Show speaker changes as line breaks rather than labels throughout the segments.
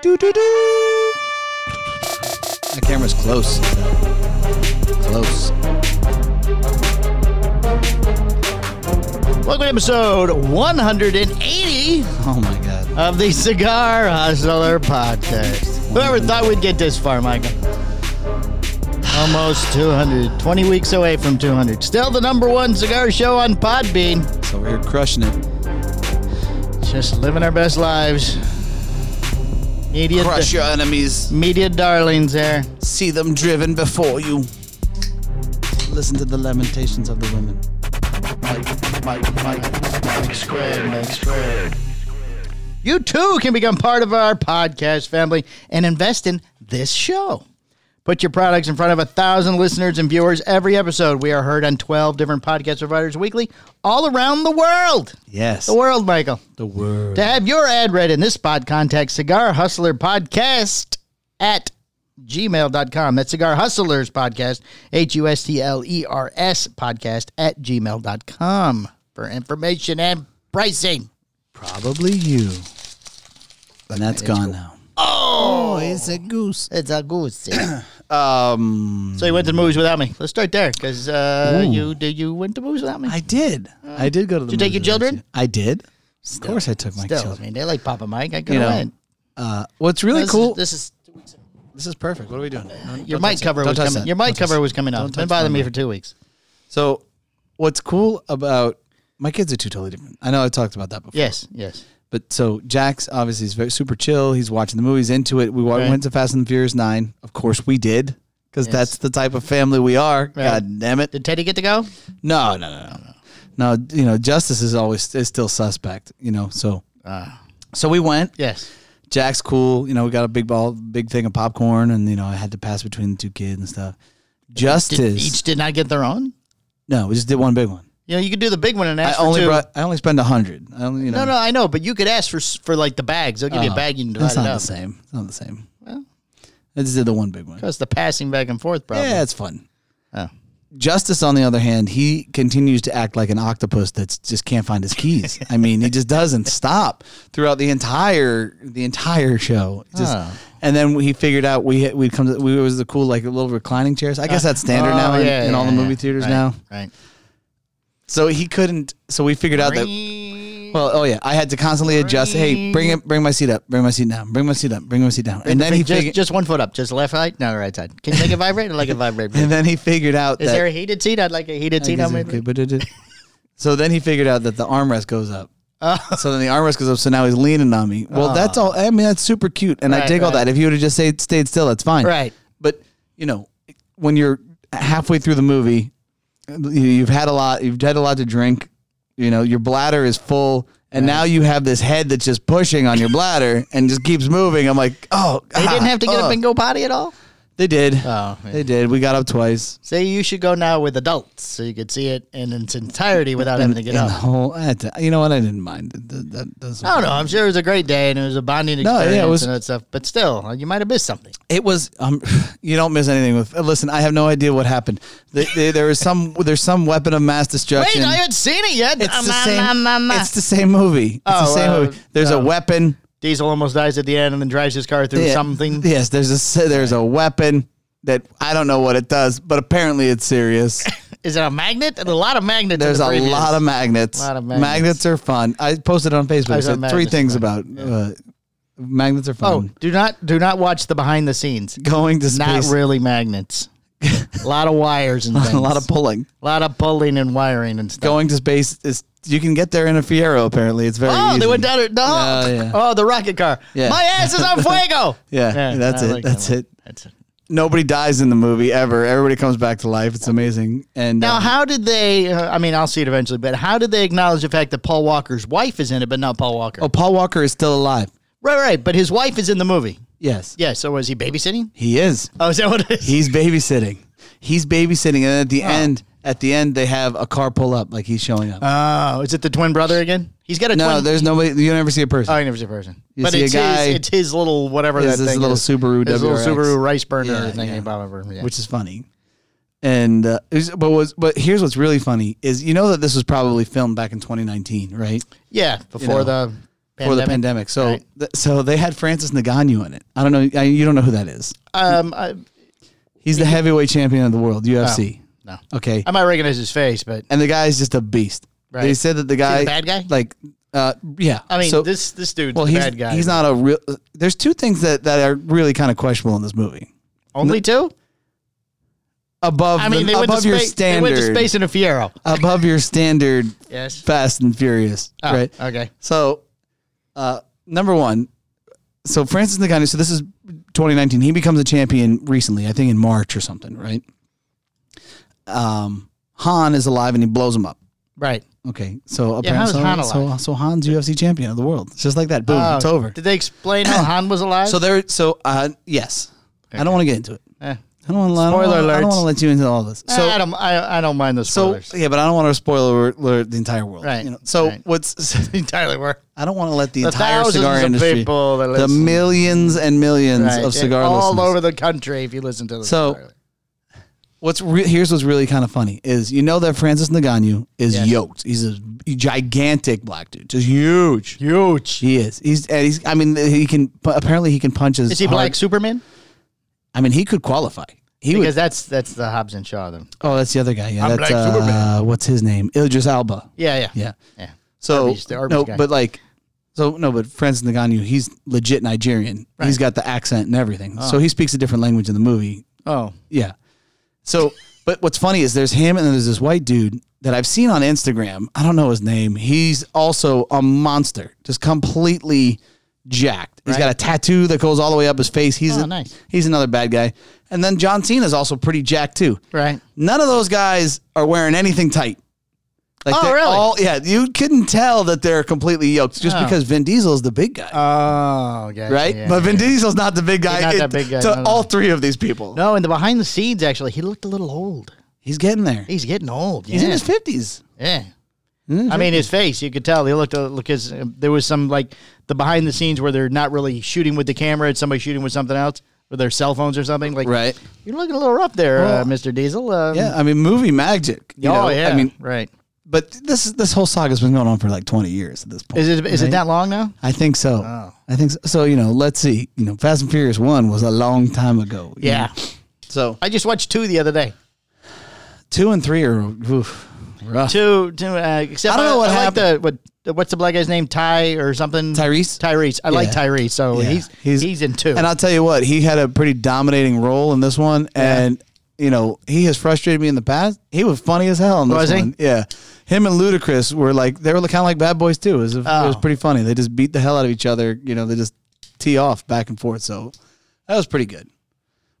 Do do do. The camera's close. Close.
Welcome to episode 180
Oh my god.
of the Cigar Hustler Podcast. Whoever thought we'd get this far, Michael? Almost 200, 20 weeks away from 200. Still the number one cigar show on Podbean.
So we're here crushing it.
Just living our best lives. Media,
Crush your enemies.
media darlings there.
See them driven before you. Listen to the lamentations of the women. Mike, Mike, Mike.
You too can become part of our podcast family and invest in this show. Put your products in front of a thousand listeners and viewers every episode. We are heard on 12 different podcast providers weekly, all around the world.
Yes.
The world, Michael.
The word.
To have your ad read in this spot, contact Cigar Hustler Podcast at gmail.com. That's Cigar Hustlers Podcast, H U S T L E R S Podcast at gmail.com for information and pricing.
Probably you. And that's gone now. Oh, it's a goose.
It's a goose.
Um,
So you went to the movies without me. Let's start there, because uh, you did. You went to movies without me.
I did. I did go to the.
you take
movies
your
with you.
children?
I did. of course, I took my
Still, I
children.
mean, they like Papa Mike. I could
You know,
win.
Uh, what's really
This
cool?
Is, this is
This is perfect. What are we doing? No,
your
don't
mic
touch
cover
it. Don't
was
touch
coming.
that.
Your mic
Don't touch
cover
it.
was coming off.
Don't
It's been
touch
bothering
my
me
mic.
for two weeks.
So, what's cool about my kids are two totally different. I know I talked about that before.
Yes, yes.
But so Jack's obviously is very super chill. He's watching the movies, into it. We wa-
Right.
went to Fast and the Furious Nine. Of course, we did because that's the type of family we are. God damn it!
Did Teddy get to go?
No, no, no, no, no. No, you know, justice is always is still suspect. You know, so
Ah.
so we went.
Yes.
Jack's cool. You know, we got a big ball, big thing of popcorn, and you know, I had to pass between the two kids and stuff.
Did,
Justice,
Each did not get their own.
no, we just did one big one.
You know, you could do the big one and
I
ask for
only
two.
brought, I only spent a hundred. I only, you know,
no, no, I know, but you could ask for s- for like the bags. They'll give you a bag. You can divide
Oh, that's
it
not
up.
the same. It's not the same.
Well.
I just did the one big one.
That's the passing back and forth problem.
Yeah, it's fun.
Oh.
Justice, on the other hand, he continues to act like an octopus that just can't find his keys. I mean, he just doesn't stop throughout the entire the entire show. Just,
Oh.
And then he figured out we we come to we it was the cool like little reclining chairs. I guess that's standard now
Oh,
in,
yeah,
in all the
yeah,
movie
yeah.
theaters
Right,
now.
Right.
So he couldn't. So we figured out that. Uh, Well, oh yeah, I had to constantly adjust. Hey, bring it, bring my seat up, bring my seat down, bring my seat up, bring my seat down. And then he
just,
figured,
just one foot up, just left side, not the right side. Can you make it vibrate? I like it vibrate.
and then he figured out
Is
that
there a heated seat? I'd like a heated
I
seat.
guess
on my-
it could, but it- it- so then he figured out that the armrest goes up.
Oh.
So then the armrest goes up. So now he's leaning on me. Well, that's all. I mean, that's super cute, and I
Right,
dig all
right.
that. If you would have just stayed, stayed still, that's fine.
Right.
But you know, when you're halfway through the movie, you- you've had a lot. You've had a lot to drink. You know, your bladder is full, and now you have this head that's just pushing on your bladder and just keeps moving. I'm like, oh,
They didn't have to get up and go potty at all.
They did.
Oh, yeah.
They did. We got up twice.
Say you should go now with adults, so you could see it in its entirety without having to get
And the
up. Oh.
whole, I had to- you know what? I didn't mind. That, that doesn't.
I don't know. I'm sure it was a great day and it was a bonding
No, yeah, it
experience
was-
and that stuff. But still, you might have missed something.
It was. Um, you don't miss anything with. uh, Listen, I have no idea what happened. The, the, there was some. There's some weapon of mass
Wait,
destruction.
I haven't seen it yet.
it's
Um,
the
um,
same.
um, um, uh.
It's the same movie. It's the
Oh,
same
uh,
movie. There's
oh.
a weapon.
Diesel almost dies at the end and then drives his car through
Yeah.
something.
Yes. There's a. s- There's a weapon that I don't know what it does, but apparently it's serious.
Is it a magnet? There's a lot of magnets.
There's a lot of magnets.
Lot of magnets.
are fun. I posted on Facebook.
I
I
saw
said three
magnets are
things
fun.
about uh, magnets are
Oh,
fun.
do not do not watch the behind the scenes.
Going to
Not
space.
really magnets. a lot of wires and things.
a lot of pulling.
lot of pulling and wiring and stuff.
Going to space is. You can get there in a Fiero. Apparently, it's very.
Oh, they
easy.
went down. to- No.
Yeah, yeah.
Oh, the rocket car.
Yeah.
My ass is on fuego.
Yeah, that's
I
it.
like that
that's
one.
it.
That's it.
Nobody dies in the movie ever. Everybody comes back to life. It's amazing. And
Now,
um,
how did they? Uh, I mean, I'll see it eventually, but how did they acknowledge the fact that Paul Walker's wife is in it, but not Paul Walker?
oh, Paul Walker is still alive.
Right, right. But his wife is in the movie.
Yes,
Yeah. So was he babysitting?
he is.
Oh, is that what it is?
He's babysitting. He's babysitting, and at the end, at the end, they have a car pull up, like he's showing up.
Oh, is it the twin brother again? He's got a
no,
twin.
there's nobody. You never see a person.
Oh, I never see a person.
You
but
see a
it's
guy-
his. It's his little whatever
It's
that
his
thing
little
is.
Subaru
His little
WRX.
Subaru rice burner
Yeah,
thing.
yeah.
Blah, blah, blah, yeah.
which is funny. And uh, it was- but was but here's what's really funny is you know that this was probably filmed back in 2019, right?
yeah, before
know.
the
for the pandemic. So,
Right.
th- so they had Francis Ngannou in it. I don't know. I, you don't know who that is.
Um, I,
He's the heavyweight champion of the world, UFC.
no,
Okay,
I might recognize his face, but
and the guy's just a beast.
Right.
They said that the guy,
bad guy?
like, uh, yeah.
I mean,
So-
this this dude's
well,
a
he's
bad guy.
he's not a real. There's two things that that are really kind of questionable in this movie.
only two.
Above,
I mean,
the-
they went, to
above your
space, they
standard,
went to space in a Fiero.
above your standard,
Yes.
Fast and Furious,
Oh,
right?
Okay.
So, uh, number one, so Francis Ngannou. So this is 2019. He becomes a champion recently, I think in March or something, right? Um, Han is alive and he blows him up.
Right.
Okay, so
Yeah, how is
apparently,
Han
so,
alive?
so Han's UFC champion of the world. It's just like that. Boom,
Oh,
it's over.
Did they explain how Han was alive?
So there. So uh, yes, I don't want to get into it.
Eh.
I don't want to.
Spoiler
I don't
alerts.
want to let you into all this. So
I don't. I, I don't mind the
so
spoilers.
yeah, but I don't want to spoil alert the entire world.
Right,
You know? So
right.
what's
entirely work.
I don't want to let the,
The
entire
thousands
cigar
of
industry,
people that
the
listen.
millions and millions
Right.
of cigar
all
listeners.
over the country. If you listen to the
So- What's re- here's what's really kind of funny is you know that Francis Ngannou is
Yes.
yoked. He's a gigantic black dude, just huge.
huge.
He is. He's. And he's. I mean, he can. Apparently, he can punch as.
Is he
hard-
black Superman?
I mean, he could qualify. He would.
Because that's that's the Hobbs and Shaw then.
Oh, that's the other guy. Yeah,
I'm
that's
Black
uh,
Superman.
what's his name? Idris Alba.
Yeah, yeah,
Yeah.
yeah.
So
Arby's, the Arby's
no,
guy.
but like, so no, but Francis Ngannou, he's legit Nigerian. He's got the accent and everything. So he speaks a different language in the movie.
Oh,
Yeah. So, but what's funny is there's him and then there's this white dude that I've seen on Instagram. I don't know his name. He's also a monster, just completely jacked. He's got a tattoo that goes all the way up his face. He's
Oh,
a-
nice.
He's another bad guy. And then John Cena's also pretty jacked too.
right.
None of those guys are wearing anything tight. Like
Oh,
they're
really?
All, yeah, you couldn't tell that they're completely yoked just
Oh.
because Vin Diesel's the big guy,
Oh, gotcha,
right?
yeah,
but
yeah.
Vin Diesel's not the big guy.
not
in-
that big guy,
To
no, no.
all three of these people,
no, in the behind the scenes, actually, he looked a little old.
he's getting there.
He's getting old. Yeah,
He's in his fifties.
yeah.
Mm-hmm.
I mean, his face, you could tell. He looked a- because uh, there was some like the behind the scenes where they're not really shooting with the camera; it's somebody shooting with something else with their cell phones or something. Like,
Right.
You're looking a little rough there,
Well,
uh, Mr. Diesel. Um,
Yeah, I mean, movie magic. you
oh,
know?
yeah.
I mean,
right.
but this this whole saga's been going on for like twenty years at this point.
Is it is it that long now?
I think so.
Oh.
I think so. so. You know, let's see. You know, Fast and Furious One was a long time ago. you know? So
I just watched two the other day.
two and three are oof, rough.
Two, two. Uh, except
I don't know what
like the what. the- What's the black guy's name? Ty or something?
Tyrese?
Tyrese. I like
Yeah.
Tyrese. So
Yeah.
he's, he's
He's-
in two.
And I'll tell you what, he had a pretty dominating role in this one, and you know he has frustrated me in the past. He was funny as hell in this
Was he?
one. Yeah, him and Ludacris were like they were kind of like bad boys too. It was, it was
Oh.
pretty funny. They just beat the hell out of each other. You know, they just tee off back and forth. So that was pretty good.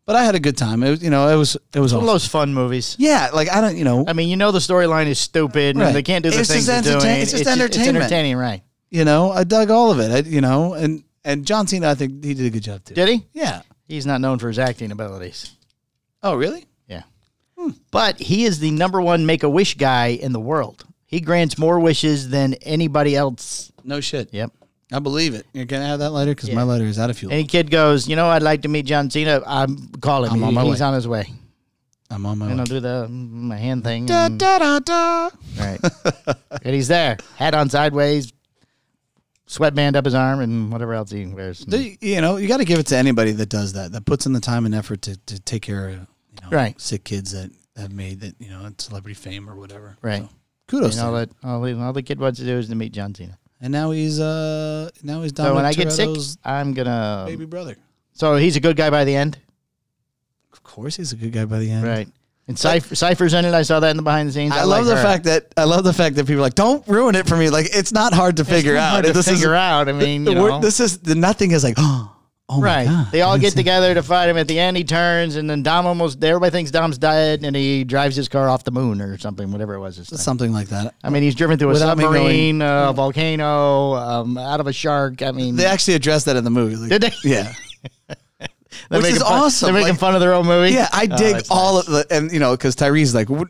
But I had a good time. It was you know it was it was
One of
awesome.
those fun movies.
yeah. Like I don't you know
I mean, you know the storyline is stupid, and
Right.
they can't do the
It's
things
just
they're doing.
entertain- it's just entertainment.
It's entertaining, right?
you know I dug all of it. I, you know and and John Cena I think he did a good job too.
Did he?
Yeah.
He's not known for his acting abilities.
Oh really?
Yeah,
Hmm.
but he is the number one Make a Wish guy in the world. He grants more wishes than anybody else.
No shit.
Yep.
I believe it. You're gonna have that lighter because my lighter is out of fuel.
Any kid goes, you know, I'd like to meet John Cena. I'm call him.
I'm on my
He's
way.
on his way.
I'm on my
And
way.
I'll do the mm, my hand thing.
Da,
and-
da, da, da.
right. and he's there, hat on sideways, sweatband up his arm, and whatever else he wears.
Do- You know, you got to give it to anybody that does that, that puts in the time and effort to, to take care of you know,
Right.
sick kids that have made that, you know, celebrity fame or whatever.
Right.
So, kudos.
And
to
all
him.
that, all, the- all the kid wants to do is to meet John Cena.
And now he's uh now he's
So
Dominic
when I get sick, um,
Toretto's
I'm gonna.
baby brother.
So he's a good guy by the end,
Of course, he's a good guy by the end.
right? And Cypher, Cypher's in it. I saw that in the behind the scenes.
I, love
like
the
her.
fact that I love the fact that people are like don't ruin it for me. Like it's not hard to figure
It's
out.
hard to
this
figure
is
out. I mean,
the
you
wor-
know.
this is the nothing is like oh, oh
Right.
my god.
They all
I
get
see-
together to fight him. At the end, he turns, and then Dom almost everybody thinks Dom's dead, and he drives his car off the moon or something, whatever it was. this time.
something like that.
I mean, he's driven through a
Without me knowing-
submarine, uh, a volcano, um, out of a shark. I mean,
They actually addressed that in the movie. Like,
Did they?
Yeah.
they're
which
making
is
fun-
awesome,
They're making
like-
fun of their own movie.
Yeah, I
Oh,
dig
that's
all of the, and you know, because Tyree's like, "What-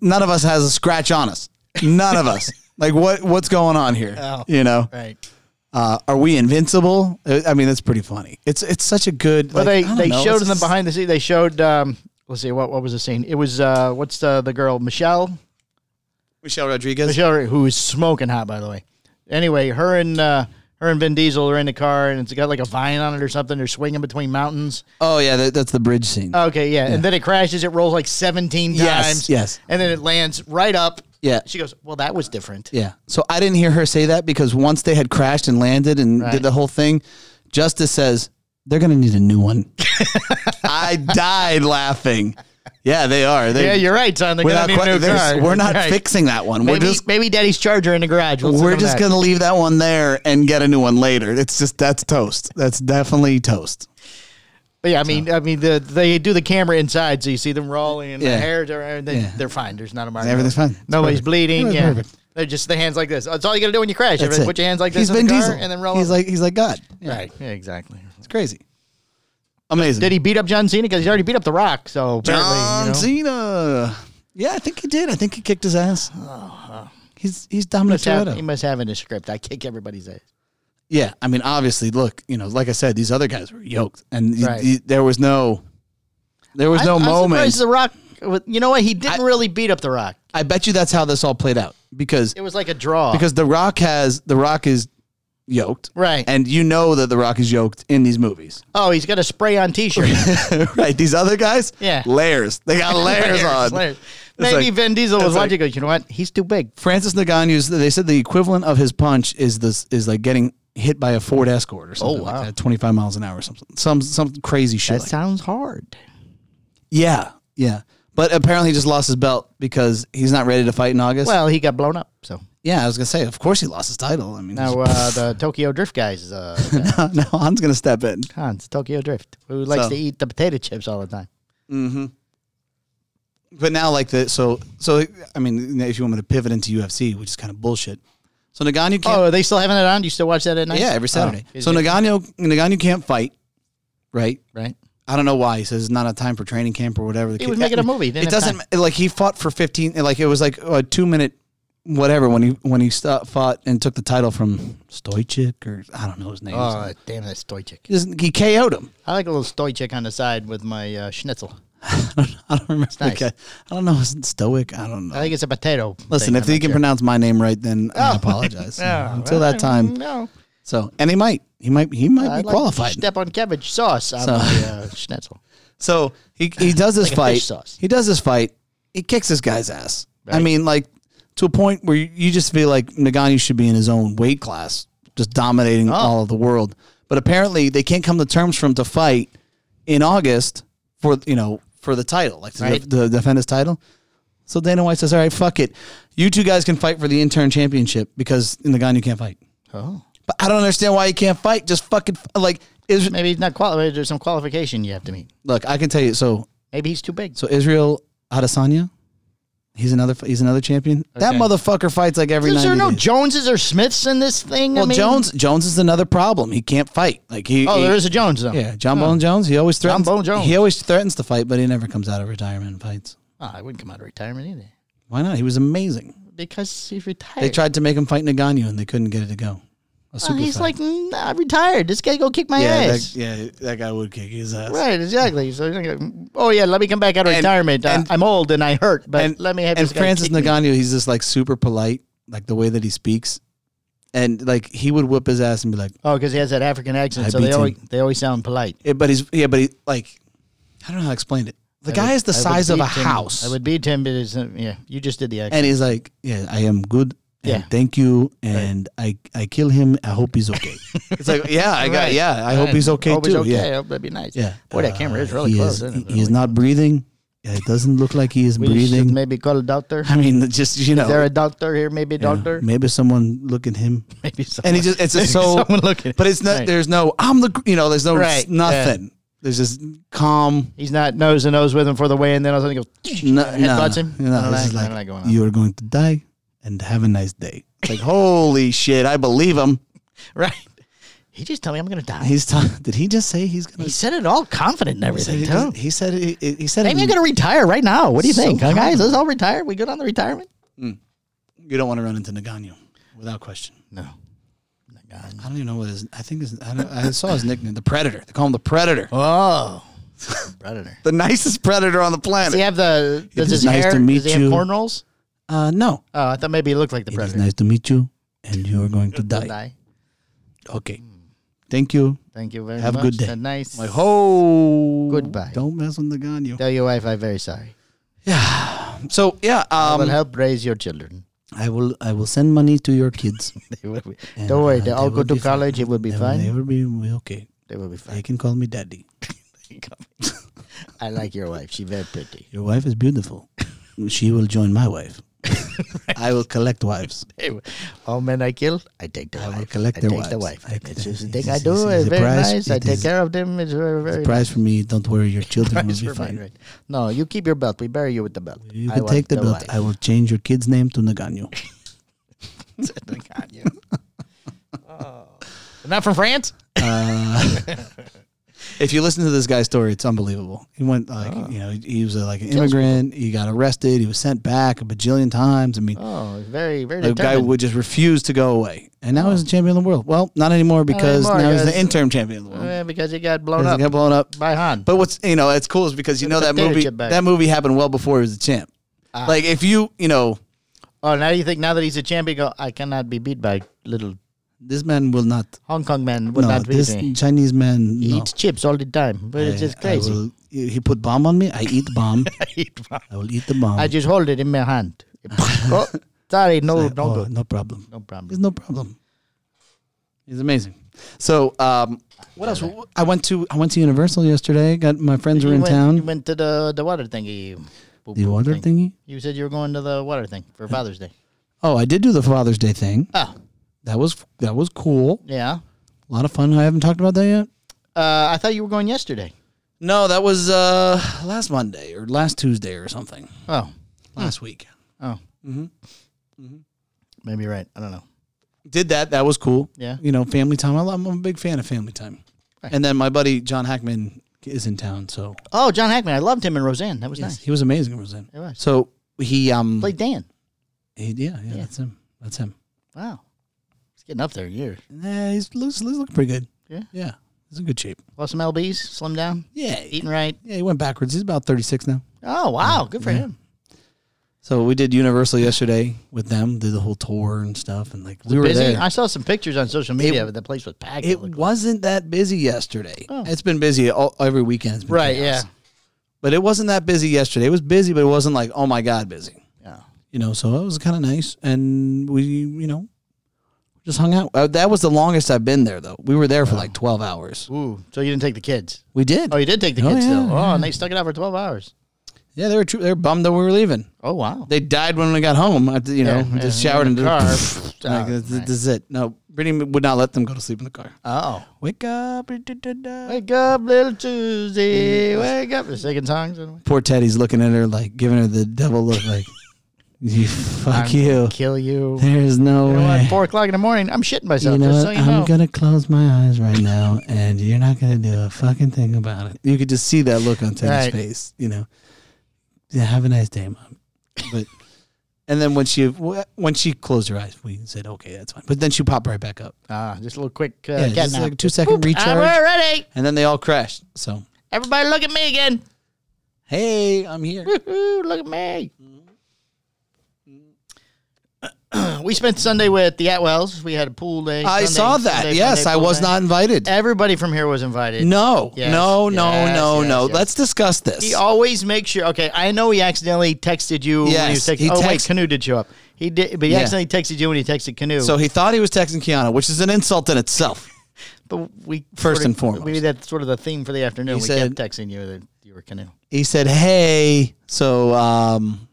none of us has a scratch on us. None of us. Like, what what's going on here?
Oh.
You know,
nice. right.
uh, are we invincible? Uh, I mean, that's pretty funny. It's it's such a good.
But
like, I don't
they, they
know,
showed
it's
in the
just-
behind the scene. They showed um, let's see what what was the scene? It was uh, what's the the girl Michelle
Michelle Rodriguez.
Michelle who is smoking hot by the way. Anyway, her and uh, her and Vin Diesel are in the car, and it's got like a vine on it or something. They're swinging between mountains.
Oh yeah, that, that's the bridge scene.
Okay, yeah. And then it crashes. It rolls like 17
Yes,
times.
yes.
And then it lands right up.
Yeah.
She goes, Well, that was different.
Yeah. So I didn't hear her say that because once they had crashed and landed and did the whole thing, Justice says they're going to need a new one. I died laughing. Yeah, they are. They,
Yeah, you're right, son. They're
without
gonna need a
que-
new
there's-
car.
we're not
Right.
fixing that one.
Maybe,
we're just
maybe daddy's charger in the garage. We'll sit
we're
on
just
that.
going to leave that one there and get a new one later. It's just that's toast. That's definitely toast.
But yeah, I mean, I mean, the, they do the camera inside, so you see them rolling, and
Yeah.
the hairs are, and they,
Yeah.
they're fine. There's not a mark.
Everything's fine. It's
Nobody's
perfect.
bleeding.
Everything's
Yeah,
perfect.
they're just the hands like this. That's all you got to do when you crash.
That's
Everybody
it.
Put your hands like
He's
this
Vin
in the car,
Diesel.
and then roll.
He's
up.
like he's like God. Yeah,
right, yeah, exactly.
it's crazy. Amazing.
Did he beat up John Cena because he's already beat up The Rock? So apparently,
John
you know,
Cena. Oh, Yeah, I think he did. I think he kicked his ass. He's he's Dominic
must have-
Toretto.
he must have in his script. I kick everybody's ass.
Yeah, I mean, obviously, look, you know, like I said, these other guys were yoked, and y-
Right.
y- there was no, there was no
I'm
moment.
surprised The Rock. was- You know what? He didn't really beat up The Rock.
I bet you that's how this all played out because
It was like a draw.
because The Rock has The Rock is yoked,
right.
and you know that The Rock is yoked in these movies,
oh, he's got a spray on T-shirt.
right? These other guys,
Yeah.
layers. They got layers, on.
Layers.
It's
Maybe
like-
Vin Diesel was
it's like-
watching. Goes, you know what? He's too big.
Francis Ngannou's. They said the equivalent of his punch is this is like getting hit by a Ford Escort or something
Oh, wow.
like that, twenty five miles an hour or something, some some crazy shit.
That
like
sounds hard.
Yeah, yeah. But apparently, he just lost his belt because he's not ready to fight in August.
Well, he got blown up. So
yeah, I was gonna say, of course, he lost his title. I mean,
now uh, the Tokyo Drift guys, uh, guy,
no, no, Han's gonna step in.
Hans Tokyo Drift, who likes
So-
to eat the potato chips all the time. Mm-hmm.
But now, like the so so, I mean, if you want me to pivot into UFC, which is kind of bullshit. So Nagano can't.
Oh, are they still having it on? Do you still watch that at night?
yeah, every Saturday.
Oh, is
so
it-
Nagano Nagano can't fight, right?
right.
I don't know why he says it's not a time for training camp or whatever. The
He was making a movie. He didn't
It
have
doesn't like he fought for fifteen. Like it was like a two minute whatever when he when he st- fought and took the title from Stoichik or I don't know his name.
Oh, damn that Stoichik.
He just- he KO'd him.
I like a little Stoichik on the side with my uh, schnitzel.
I don't remember. the
nice.
guy. I don't know. Is it Stoic? I don't know.
I think it's a potato.
Listen,
thing.
if
I'm
he
not
can
sure. Oh,
pronounce my name right, then I apologize.
Yeah,
Until
well,
that time,
no.
so and he might, he might, he might
I'd
be
like to
qualified.
step on cabbage sauce on
So-
my uh, schnitzel.
So he he does this
Like a
fight.
fish sauce.
He does this fight. He kicks this guy's ass. I
Right.
mean, like to a point where you, you just feel like Nagani should be in his own weight class, just dominating
Oh.
all of the world. But apparently, they can't come to terms for him to fight in August for you know for the title, like to,
Right.
to defend his title. So Dana White says, "All right, fuck it. You two guys can fight for the intern championship because Nagani can't fight."
Oh.
But I don't understand why he can't fight. Just fucking like is
Maybe he's not qualified. There's some qualification you have to meet.
look. I can tell you. So
Maybe he's too big.
So Israel Adesanya, he's another he's another champion. That motherfucker fights like every
Is
night.
there no Joneses or Smiths in this thing? I
well,
mean-
Jones Jones is another problem. He can't fight. Like he.
Oh,
he-
there is a Jones though.
Yeah, John Bone Jones. He always threatens.
Bone Jones.
He always threatens to fight, but he never comes out of retirement and fights.
Oh, I wouldn't come out of retirement either
Why not? He was amazing.
because he's retired.
They tried to make him fight Nagano, and they couldn't get it to go. A
Oh,
super
he's
fight.
like, "Mm, I'm retired. This guy go kick my
yeah,
ass.
that, yeah, that guy would kick his ass.
Right, exactly. So, he's like, oh yeah, let me come back out of
And-
retirement.
and-
I, I'm old and I hurt, but
and
let me have
and
this guy
Francis
kick me."
Nagano, he's just like super polite, like the way that he speaks, and like he would whip his ass and be like.
Oh, because he has that African accent,
I
so they
beat
always they always sound polite.
Yeah, but he's yeah, but he like I don't know how to explain it. The
I
guy
would-
is the
I would
size of a
beat him.
house,
I would beat him, but it's, uh, yeah, you just did the accent.
and he's like, "Yeah, I am good. And
Yeah.
thank you, and I I kill him. I hope he's okay." it's like, yeah, I got
Right.
yeah. I hope he's okay
Hope
too.
he's okay.
Yeah,
I hope that'd be nice.
yeah.
Boy, that
Uh,
camera is really
he
close.
Is,
isn't it?
he is not breathing. Yeah, it doesn't look like he is
We should
breathing.
maybe call a doctor.
I mean, it's just you know,
Is there a doctor here? Maybe
you know,
doctor.
maybe someone look at him.
Maybe someone.
And he just it's just so.
someone looking.
But it's not.
Right.
There's no. I'm the. gr- You know. There's no.
Right, yeah.
Nothing. There's just calm.
He's not nose to nose with him for the way, and then all of a sudden he goes.
no,
headbutts him?
No,
I don't
this
like-
is
I
like,
don't like going on.
you are going to die and have a nice day. It's like holy shit, I believe him.
Right. He just told me I'm gonna die.
He's ta- did he just say he's gonna?
He said it all confident and
he, said
everything
he,
too.
just- he said he, he said it
Maybe
in-
you're gonna retire right now. What do you
So
think, huh, guys? Let's all retire. We good on the retirement?
you don't want to run into Nagano without question.
No.
I don't even know what his. I think his, I, don't, I saw his nickname, the Predator. They call him the Predator,
Oh. Predator.
the nicest predator on the
Does he
planet.
have the? Does
is
his
nice
hair?
to meet
does he have
you.
cornrows?
Uh, no,
Oh, I thought maybe he looked like the
it is
predator.
nice to meet you, and you are going to
He'll
die.
die. Hmm.
Okay. Thank you.
Thank you very
Have a
much.
good day.
That nice.
My ho.
Goodbye.
Don't mess with the gun, you.
Tell your wife I'm very sorry.
So yeah,
I
um,
will help raise your children.
I will I will send money to your kids.
They will be,
And,
don't worry,
uh,
they all
they
go
will
to
be fine.
college. It will be
They will
fine.
never be okay.
They will be
They
fine.
can call me daddy.
I like your wife. She's very pretty.
Your wife is beautiful. she will join my wife. I will collect wives.
They will- All men Oh, I kill, I take the
I will
wife.
collect
I
their
take the
wives.
wife.
I-
it's just a
it
thing
is-
I do.
it is
It's
a
very
prize.
nice. I
It
take
is-
care of them. It's very, very
Prize for me. Don't worry, your children will
nice.
be
Right,
fine.
right. No, you keep your belt. We bury you with the belt.
You can
I want
take the, belt.
wife.
I will change your kid's name to Nagano.
Got you. Oh. Not from France?
if you listen to this guy's story, it's unbelievable. He went like
Oh.
you know he was uh, like an immigrant. He got arrested. He was sent back a bajillion times. I mean,
Oh, it's very, very
the guy
determined. Oh.
would just refuse to go away, and now he's the champion of the world. Well, not anymore because
anymore,
now he's the
because-
interim champion of the world.
Eh, because he got blown
Because
up
he got blown up.
by Han.
But what's you know it's cool is because you know that
potato
movie
chip bag. Ah.
that movie happened well before he was a champ. Like if you you know
oh, now you think now that he's a champion, go, I cannot be beat by little
this man will not.
Hong Kong man. Will
no,
not beat
this
me.
Chinese man
He
no.
eats chips all the time, but it's just
I
crazy.
will- he put bomb on me. I eat bomb. I will eat the bomb.
I just hold it in my hand. oh, sorry, no,
Like,
don't
oh,
do it.
no problem.
No problem.
There's no problem. He's amazing. So, um, what else? I went to I went to Universal yesterday. Got my friends were
You
in
went, You
town.
went to the, the water thingy. Boop,
The
boop
water
thing.
thingy.
You said you were going to the water thing for Father's Day.
Oh, I did do the Father's Day thing.
Oh,
That was that was cool.
yeah.
A lot of fun. I haven't talked about that yet.
Uh, I thought you were going yesterday.
No, that was uh, last Monday or last Tuesday or something.
Oh,
Last week.
oh. Mm-hmm. Maybe you're right. I don't know.
Did that. That was cool.
Yeah.
You know, family time. I lo- I'm a big fan of family time. And then my buddy John Hackman is in town, so
Oh, John Hackman. I loved him in Roseanne. That was nice.
he was amazing. Roseanne.
It was.
So he um
Played Dan.
He, yeah, yeah, that's him. That's him.
Wow. He's getting up there in years.
Yeah, he's, looks, he's looking pretty good.
Yeah.
Yeah, he's in good shape.
Lost some LBs, slimmed down,
Yeah, he,
eating right.
yeah, he went backwards. He's about 36 now.
Oh,
Mm.
wow. Good for him.
So we did Universal yesterday with them, did the whole tour and stuff. And like, we were
Busy.
there.
I saw some pictures on social media, but the place was packed.
it
looked-
wasn't that busy yesterday. It's been busy all, every weekend. It's been
Oh. right,
chaos. But it wasn't that busy yesterday. It was busy, but it wasn't like, oh my God, busy.
yeah. Yeah.
You know, so it was kind of nice. And we, you know, just hung out. Uh, that was the longest I've been there, though. We were there for like 12 hours.
Ooh, so you didn't take the kids?
We did.
Oh, you did take the
Oh,
kids
yeah,
still. Oh,
yeah.
and they stuck it out for twelve hours.
Yeah, they were true. They were bummed that we were leaving.
Oh wow.
They died when we got home. I, you know,
Yeah,
just
yeah,
showered and
in the
just,
car.
pfft, like,
Oh,
this,
right.
this is it. No, Brittany would not let them go to sleep in the car.
Oh,
Wake up! da-da-da-da.
wake up, little Tuesday, wake up. The second songs. in a way.
Poor Teddy's looking at her like giving her the devil look, like you fuck
I'm
you.
gonna Kill you.
There's no
You know what?
way.
Four o'clock in the morning. I'm shitting myself.
You know,
just so
what?
you
I'm
know.
gonna close my eyes right now, and you're not gonna do a fucking thing about it. You could just see that look on Teddy's
Right.
face. You know, yeah, have a nice day, mom. But and then when she when she closed her eyes, we said, okay, that's fine. But then she popped right back up.
Ah, just a little quick uh,
Yeah,
cat
just
nap.
like a two second
Boop,
recharge.
I'm all ready.
And then they all crashed. So
Everybody, look at me again.
hey, I'm here.
Woohoo, look at me.
Mm-hmm.
we spent Sunday with the Atwells. We had a pool day.
I
Sunday-
saw that.
Sunday,
yes,
Sunday
I
pool
was
day.
not invited.
Everybody from here was invited.
No,
Yes,
no, no,
yes,
no,
yes,
no.
yes.
Let's discuss this.
He always makes sure. Okay, I know he accidentally texted you when he was
Yes,
texting.
he
oh, wait,
text-
Canoe did show up. He did, but he
Yeah.
accidentally texted you when he texted Canoe.
so he thought he was texting Kiana, which is an insult in itself.
but we
First
sorta-
and foremost.
maybe that's sort of the theme for the afternoon.
He
we
said-
kept texting you that you were Canoe.
He said, "Hey, so um,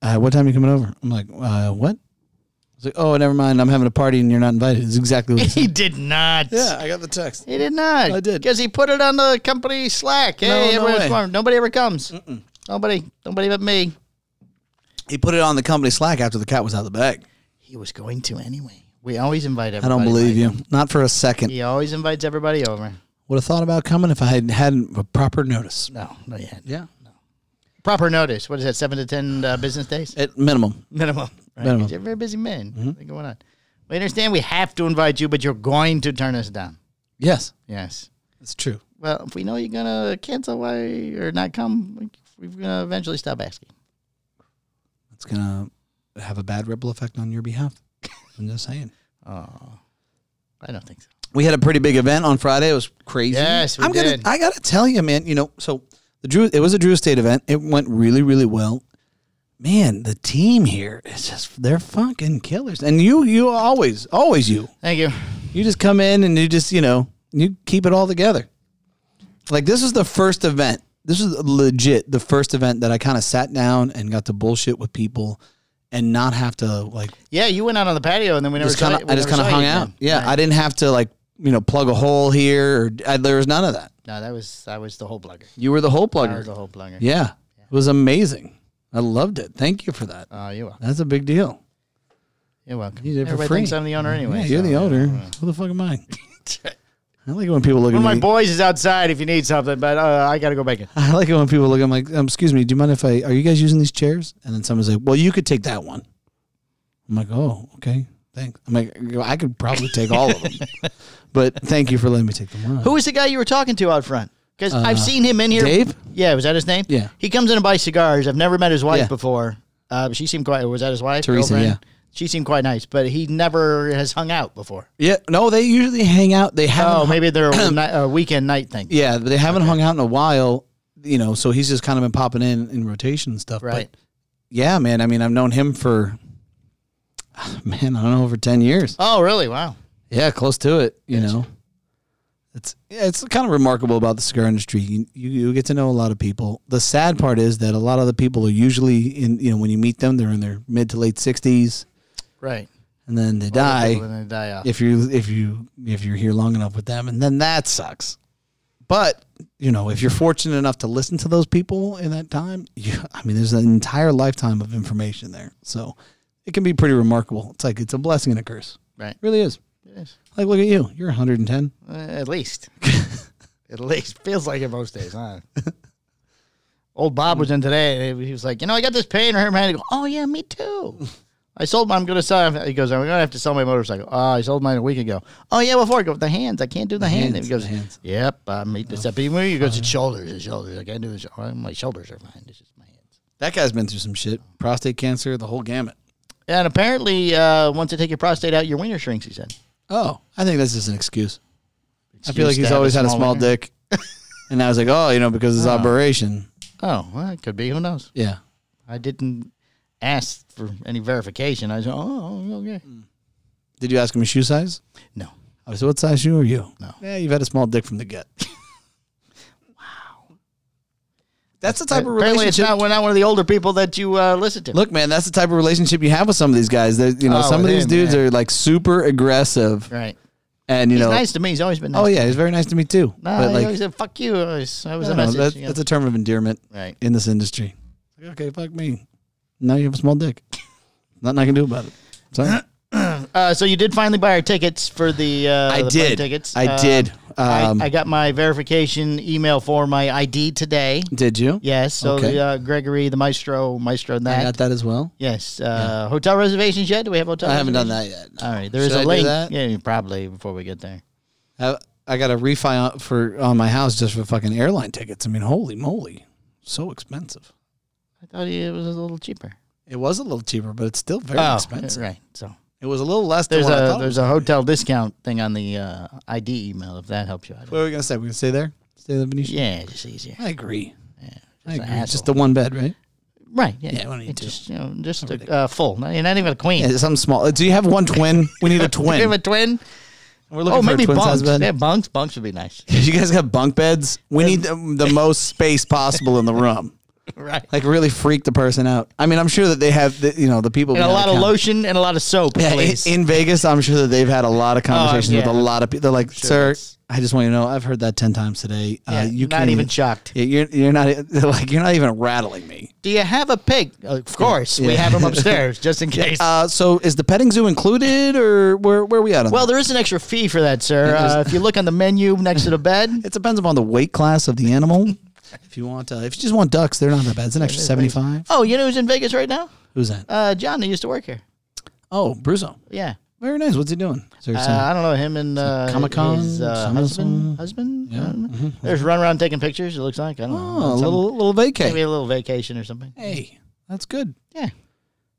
uh, what time you coming over?" I'm like, uh, "What?" He's like, "Oh, never mind. I'm having a party and you're not invited." It's exactly what he said.
He did not.
I got the text.
He did not.
I did.
because he put it on the company Slack. Hey,
No, no
everyone's
way.
warm. Nobody ever comes. Nobody, nobody but me.
He put it on the company Slack after the cat was out of the bag.
He was going to anyway. We always invite
I
everybody.
don't believe
Mike.
you. Not for a second.
He always invites everybody over.
Would have thought about coming if I had hadn't a proper notice.
No, no, yeah.
Yeah.
Proper notice. What is that? Seven to ten uh, business days.
At minimum.
Minimum. Right?
Minimum. Mm-hmm.
'Cause You're a very busy man. What's going on? We understand we have to invite you, but you're going to turn us down.
Yes.
Yes.
That's true.
Well, if we know you're gonna cancel, why or not come, we're gonna eventually stop asking.
It's gonna have a bad ripple effect on your behalf. I'm just saying.
Oh, I don't think so.
we had a pretty big event on Friday. It was crazy.
Yes, we
I'm
did.
gonna. I gotta tell you, man. You know, so the Drew. It was a Drew Estate event. It went really, really well. Man, the team here is just they're fucking killers. And you, you always, always you.
Thank you.
You just come in and you just you know you keep it all together. Like this is the first event. This is legit the first event that I kind of sat down and got to bullshit with people, and not have to like
Yeah, you went out on the patio and then we never
just
saw
kind
you-
of
we
I just
never
kind of
saw
hung
you
out.
again.
Yeah,
Right.
I didn't have to like you know plug a hole here. Or, I, there was none of that.
no, that was that was the whole plugger.
You were the hole
That was
plugger.
the whole plugger.
Yeah, it was amazing. I loved it. Thank you for that.
Oh, you're welcome.
That's a big deal.
You're welcome.
You did it for
Everybody
free.
thinks I'm the owner anyway.
Yeah, you're
so,
the
yeah.
owner. Who the fuck am I? I like it when people look
One of
at
my
me.
boys is outside if you need something, but uh, I got to go back in.
I like it when people look. I'm like, um, excuse me, do you mind if I? Are you guys using these chairs? And then someone's like, well, you could take that one. I'm like, oh, okay, thanks. I'm like, I could probably take all of them, but thank you for letting me take them. Wow.
Who was the guy you were talking to out front? Because I've seen him in here.
Uh, Dave?
Yeah, was that his name?
Yeah.
He comes in and buys cigars. I've never met his wife
Yeah.
before. Uh, but she seemed quite. Was that his wife?
Teresa,
Girlfriend?
yeah.
She seemed quite nice, but he never has hung out before.
Yeah, no, they usually hang out. They haven't.
Oh, maybe they're a, ni- a weekend night thing.
Yeah, but they haven't hung out in a while. You know, so he's just kind of been popping in in rotation and stuff.
Right.
But yeah, man. I mean, I've known him for man, I don't know, over ten years.
Oh, really? Wow.
Yeah, close to it. You know, it's yeah, it's kind of remarkable about the cigar industry. You, you you get to know a lot of people. The sad part is that a lot of the people are usually in. You know, when you meet them, they're in their mid to late sixties,
Right.
and then they
People
die.
when they die off.
if you if you if you're here long enough with them and then that sucks but you know if you're fortunate enough to listen to those people in that time you, i mean there's an entire lifetime of information there so it can be pretty remarkable it's like it's a blessing and a curse
Right.
it really is
Yes.
like look at you you're 110
Uh, at least. at least. Feels like it most days, huh? Old Bob was in today. and He was like, you know, I got this pain right in my hand. I go, oh, yeah, me too. I sold my, I'm going to sell. He goes, I'm going to have to sell my motorcycle. Oh, I sold mine a week ago. Oh, yeah, before. I go, the hands. I can't do the, hand.
hands,
he goes,
the hands. Oh,
yep. I meet this up. He goes, it's shoulders, it's shoulders. I can't do this. Oh, my shoulders are fine. It's just my hands.
that guy's been through some shit prostate cancer the whole gamut
And apparently, uh, once they take your prostate out, your wiener shrinks, he said.
oh i think that's just an excuse i feel like
Excuse to
he's
have
always had a small
wiener.
dick and i was like oh you know because of his operation
Oh, well, it could be. Who knows?
yeah
I didn't ask for any verification. I said, oh, oh, okay.
Mm. did you ask him his shoe size
No.
I said, "What size shoe are you?"
No.
Yeah, you've had a small dick from the get. wow. That's the type of
Apparently, it's
relationship.
not, we're not one of the older people that you uh, listen to.
Look, man, that's the type of relationship you have with some of these guys. That you know,
Oh,
some of
with
these
him,
dudes
yeah.
are like super aggressive,
right.
and you
He's
know,
nice to me. He's always been nice.
oh yeah, he's very nice to me too.
No,
but
he
like,
always said, fuck you. I was, I was
I don't
a
know,
message.
that's,
you know.
that's a term of endearment
right.
in this industry. Like, okay, fuck me. Now you have a small dick. Nothing I can do about it. Sorry.
Uh, so you did finally buy our tickets for the. Uh, the plane Tickets.
I
Um,
did. Um,
I, I got my verification email for my ID today.
did you?
Yes. So
Okay.
the, uh, Gregory, the maestro, maestro, in
I
that.
got that as well.
Yes. Uh, Hotel reservations yet? Do we have hotel?
I haven't done
reservations?
that yet.
All right. There is
Should I
a
do
link.
that?
Yeah, probably before we get there.
I, I got a refi on, for on my house just for fucking airline tickets. I mean, holy moly, so expensive.
I thought it was a little cheaper.
It was a little cheaper, but it's still very expensive.
right. So
It was a little less than
Oh. there's
what I
a
thought. it was.
there's a hotel discount thing on the uh, ID email if that helps you out.
What are we gonna say? We're gonna stay there. Stay in the Venetian.
Yeah, just easier.
I agree. I
Just a
agree. It's
hassle.
just the one bed, right?
Right. Yeah.
Yeah, why don't you
It's
do?
just you know just a, uh, full. No, you're not even a queen.
Yeah, something small. Do you have one twin? We need a
Do you
twin.
have a twin?
We're
Oh,
looking for a
maybe
twin
bunks.
size bed.
Yeah, bunks. Bunks would be nice.
You guys got bunk beds. We need the, the most space possible in the room.
right.
Like really freak the person out. I mean, I'm sure that they have, the, you know, the people.
And a
behind
lot
the
of
counter.
lotion and a lot of soap,
Yeah, in,
please.
in Vegas, I'm sure that they've had a lot of conversations with
Oh,
a
yeah.
lot of people. They're like, "Sir,
it's-
I just want you to know, I've heard that ten times today.
Yeah,
uh, you
not
can't
even shocked.
Yeah, You're you're not e-, they're like you're not even rattling me.
Do you have a pig? Of course, we
Yeah.
have them upstairs just in case.
Uh, so is the petting zoo included, or where where are we at on
well,
that?
there is an extra fee for that, sir. Uh, if you look on the menu next to the bed,
It depends upon the weight class of the animal. if you want, uh, if you just want ducks, they're not that bad. It's an extra seventy five.
Oh, you know who's in Vegas right now?
Who's that?
Uh, John, that used to work here.
Oh, Bruzo.
Yeah.
Very nice. What's he doing? Is there
Uh,
some-
I don't know him and uh,
Comic-Con,
his, uh,
Summer Song.
husband. Husband. Uh, Yeah. There's run around taking pictures. It looks like I don't know.
mm-hmm. oh, a
Some-
little little
maybe
vacay.
a little vacation or something.
Hey, that's good.
Yeah.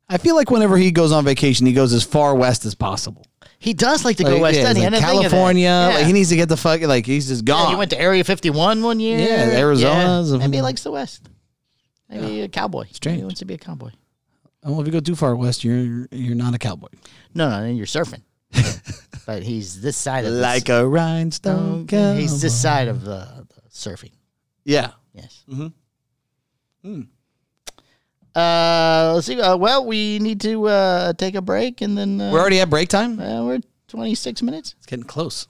I feel like whenever he goes on vacation, he goes as far west as possible.
He does like to go
Like,
west
yeah,
end.
he's
He
like
had a thing of that.
California.
Yeah.
Like he needs to get the fuck. Like he's just
Yeah,
gone.
he went to Area 51 one year.
Yeah, Arizona's a-
Maybe he likes the West. Maybe a cowboy. Maybe
Strange.
he wants to be a cowboy.
well, if you go too far west, you're you're not a cowboy.
No, no, then you're surfing. but he's this side of the
Like a rhinestone cowboy.
he's this side of the, the surfing.
yeah.
Yes. Mm-hmm.
Hmm.
Uh, let's see. Uh, well, we need to uh, take a break and then uh,
We're already at break time.
uh, we're 26 minutes.
It's getting close.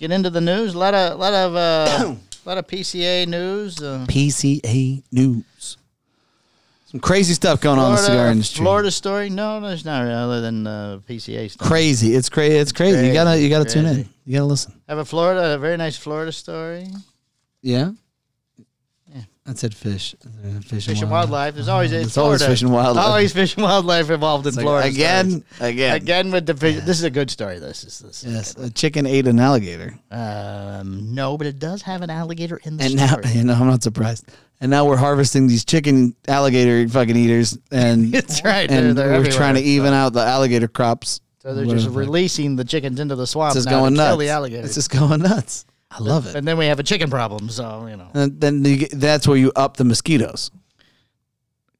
Get into the news. A lot of lot of uh, lot of PCA news. Uh,
PCA news. Some crazy stuff going on in the cigar
Florida,
industry.
Florida story? No, there's not other than uh, PCA stuff.
Crazy. It's crazy. It's crazy. You gotta you gotta tune in. You gotta listen.
Have a Florida, a very nice Florida story.
Yeah. I said fish. Uh, Fish,
Fish and
wild-
wildlife. There's always it's
It's always
Florida.
fish and wildlife.
Always fish and wildlife involved in
It's like,
Florida.
again,
stories.
again,
again with the fish. This is a good story. This is this. is
Yes, a chicken ate an alligator,
good. Um, no, but it does have an alligator in the
and now
story.
you know I'm not surprised. And now we're harvesting these chicken alligator fucking eaters, and
That's right, they're-
And
they're
we're
everywhere,
trying to
so.
even out the alligator crops.
so they're just
Whatever.
releasing the chickens into the swamp
It's just
now
going
to
nuts.
kill the alligators.
It's just going nuts. I love it.
and then we have a chicken problem. So you know,
And then you get, that's where you up the mosquitoes.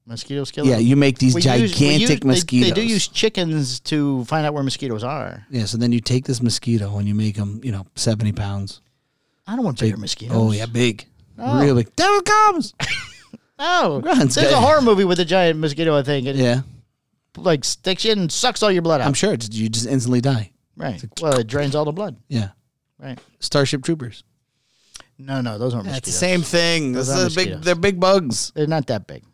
mosquitoes kill.
Yeah,
them.
you make these
We use- we use-
gigantic mosquitoes.
They, they do use chickens to find out where mosquitoes are.
yeah, so then you take this mosquito and you make them, you know, seventy pounds.
I don't want bigger mosquitoes.
Oh yeah, big,
Oh.
real big. There it comes.
No,
Run,
Oh, there's a
Scott.
horror movie with a giant mosquito. I think it
yeah,
like sticks you and sucks all your blood out.
I'm sure it's, you just instantly die.
right. Well, it drains all the blood.
Yeah,
Right.
Starship Troopers.
No, no, those aren't
That's the
mosquitoes.
same thing.
Those
This
are
is a big.
mosquitoes.
They're big bugs.
They're not that big.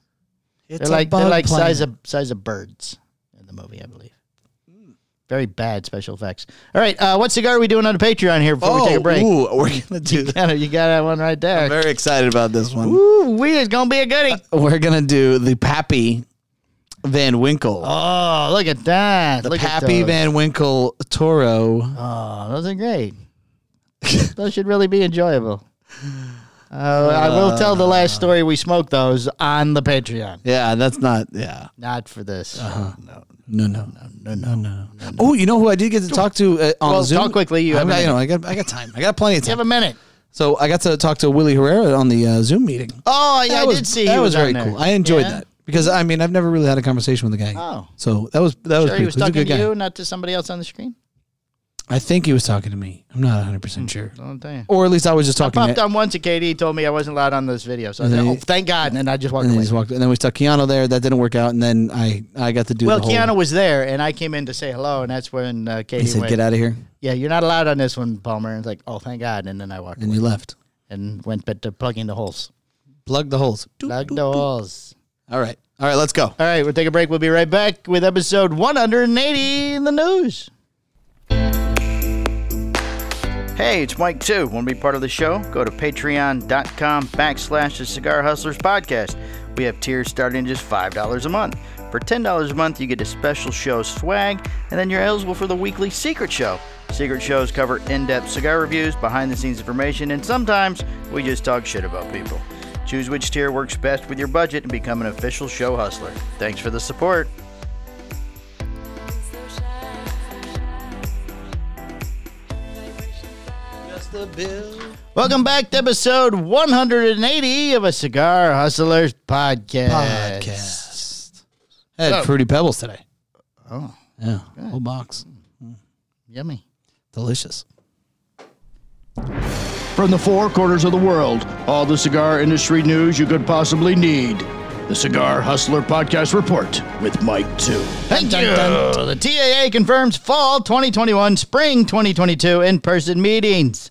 It's
they're
a
like
bug
they're like
planet.
size of size of birds in the movie, I believe. Very bad special effects. All right, uh, what cigar are we doing on the Patreon here before we
Oh,
take a break?
ooh, we're gonna do. That.
Gotta- You got that one right
I'm
there.
very excited about this one.
Ooh, we is gonna be a goodie.
We're gonna do the Pappy Van Winkle.
Oh, look at that!
Uh, the
look at
Pappy
those.
Van Winkle Toro.
Oh, those are great. those should really be enjoyable. Uh, I will tell the last story. We smoked those on the Patreon,
Yeah, that's not. Yeah,
not for this.
Uh-huh.
No,
no, no, no, no, no, no. Oh, you know who I did get to talk to uh, on
Well,
Zoom?
talk quickly, you
I
have a
got, you
minute.
know, I got, I got time. I got plenty of
give
time.
a minute.
So I got to talk to Willie Herrera on the uh, Zoom meeting.
Oh, yeah, I
That was-
did see.
that
he
was,
on
very
there.
cool. I enjoyed
Yeah?
that because I mean I've never really had a conversation with the guy.
Oh.
so that was that was,
Sure,
pretty
he was
cool. He's a
talking
good
to
guy.
you, not to somebody else on the screen.
I think he was talking to me. I'm not 100 percent sure,
Don't tell you.
or at least I was just
Hmm. I
talking.
popped
to
on once, and Katie told me I wasn't allowed on this video, so I said,
then
"Oh,
he-
thank God!" And then I just walked
and then he
away.
just walked, and then we stuck Keanu there. That didn't work out, and then I I got to do.
Well,
the whole,
Keanu was there, and I came in to say hello, and that's when uh, Katie
He said,
went,
"Get out of here,"
"Yeah, you're not allowed on this one, Palmer." And it's like, "Oh, thank God!" And then I walked
and you left.
and went back to plugging the holes.
Plug the holes. Doop,
Plug
doop.
the holes.
All right, all right, let's go.
All right, we'll take a break. We'll be right back with episode 180 in the news. Hey, it's Mike too. Want to be part of the show? Go to patreon.com backslash the Cigar Hustlers podcast. We have tiers starting at just $5 a month. For $10 a month, you get a special show swag, and then you're eligible for the weekly secret show. Secret shows cover in depth cigar reviews, behind the scenes information, and sometimes we just talk shit about people. Choose which tier works best with your budget and become an official show hustler. Thanks for the support. Welcome back to episode 180 of a Cigar Hustlers podcast.
Podcast. I had
So-
fruity pebbles today.
Oh,
Yeah, whole box,
yummy.
delicious.
From the four corners of the world, all the cigar industry news you could possibly need. The Cigar Hustler Podcast Report with Mike Two.
Thank you. The TAA confirms fall 2021, spring 2022 in person meetings.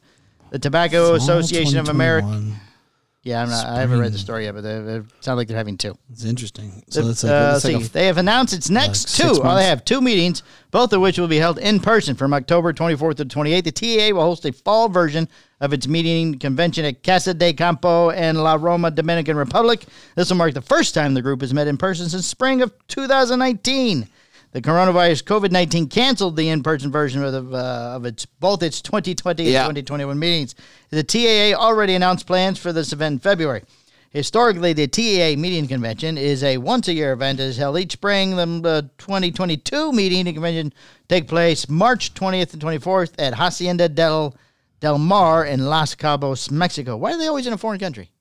The Tobacco Association of America.
2021.
Yeah, I'm not, I haven't read the story yet, but they, they sound like they're having two.
It's interesting. So that's like,
Uh,
that's like
see,
a
they have announced its next
like six
two. Oh, they
months.
have two meetings, both of which will be held in person from October 24th to 28th. The TAA will host a fall version of its meeting convention at Casa de Campo and La Roma, Dominican Republic. This will mark the first time the group has met in person since spring of 2019. The coronavirus COVID 19 canceled the in person version of, the, uh, of its both its 2020 and
Yeah.
2021 meetings. The TAA already announced plans for this event in February. Historically, the TEA Meeting Convention is a once-a-year event that is held each spring. The uh, 2022 Meeting and Convention take place March 20th and 24th at Hacienda del Del Mar in Los Cabos, Mexico. Why are they always in a foreign country?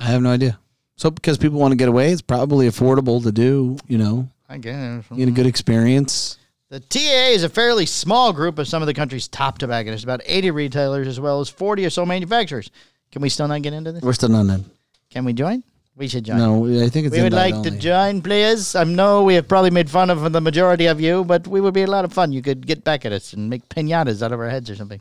I have no idea. So because people want to get away, it's probably affordable to do. You know,
I guess.
get a good experience.
The TA is a fairly small group of some of the country's top tobacconists, about 80 retailers as well as 40 or so manufacturers. Can we still not get into this?
We're still not in.
Can we join? We should join.
No, I think it's.
We would
invite
like to
only.
join, please. I know we have probably made fun of the majority of you, but we would be a lot of fun. You could get back at us and make pinatas out of our heads or something.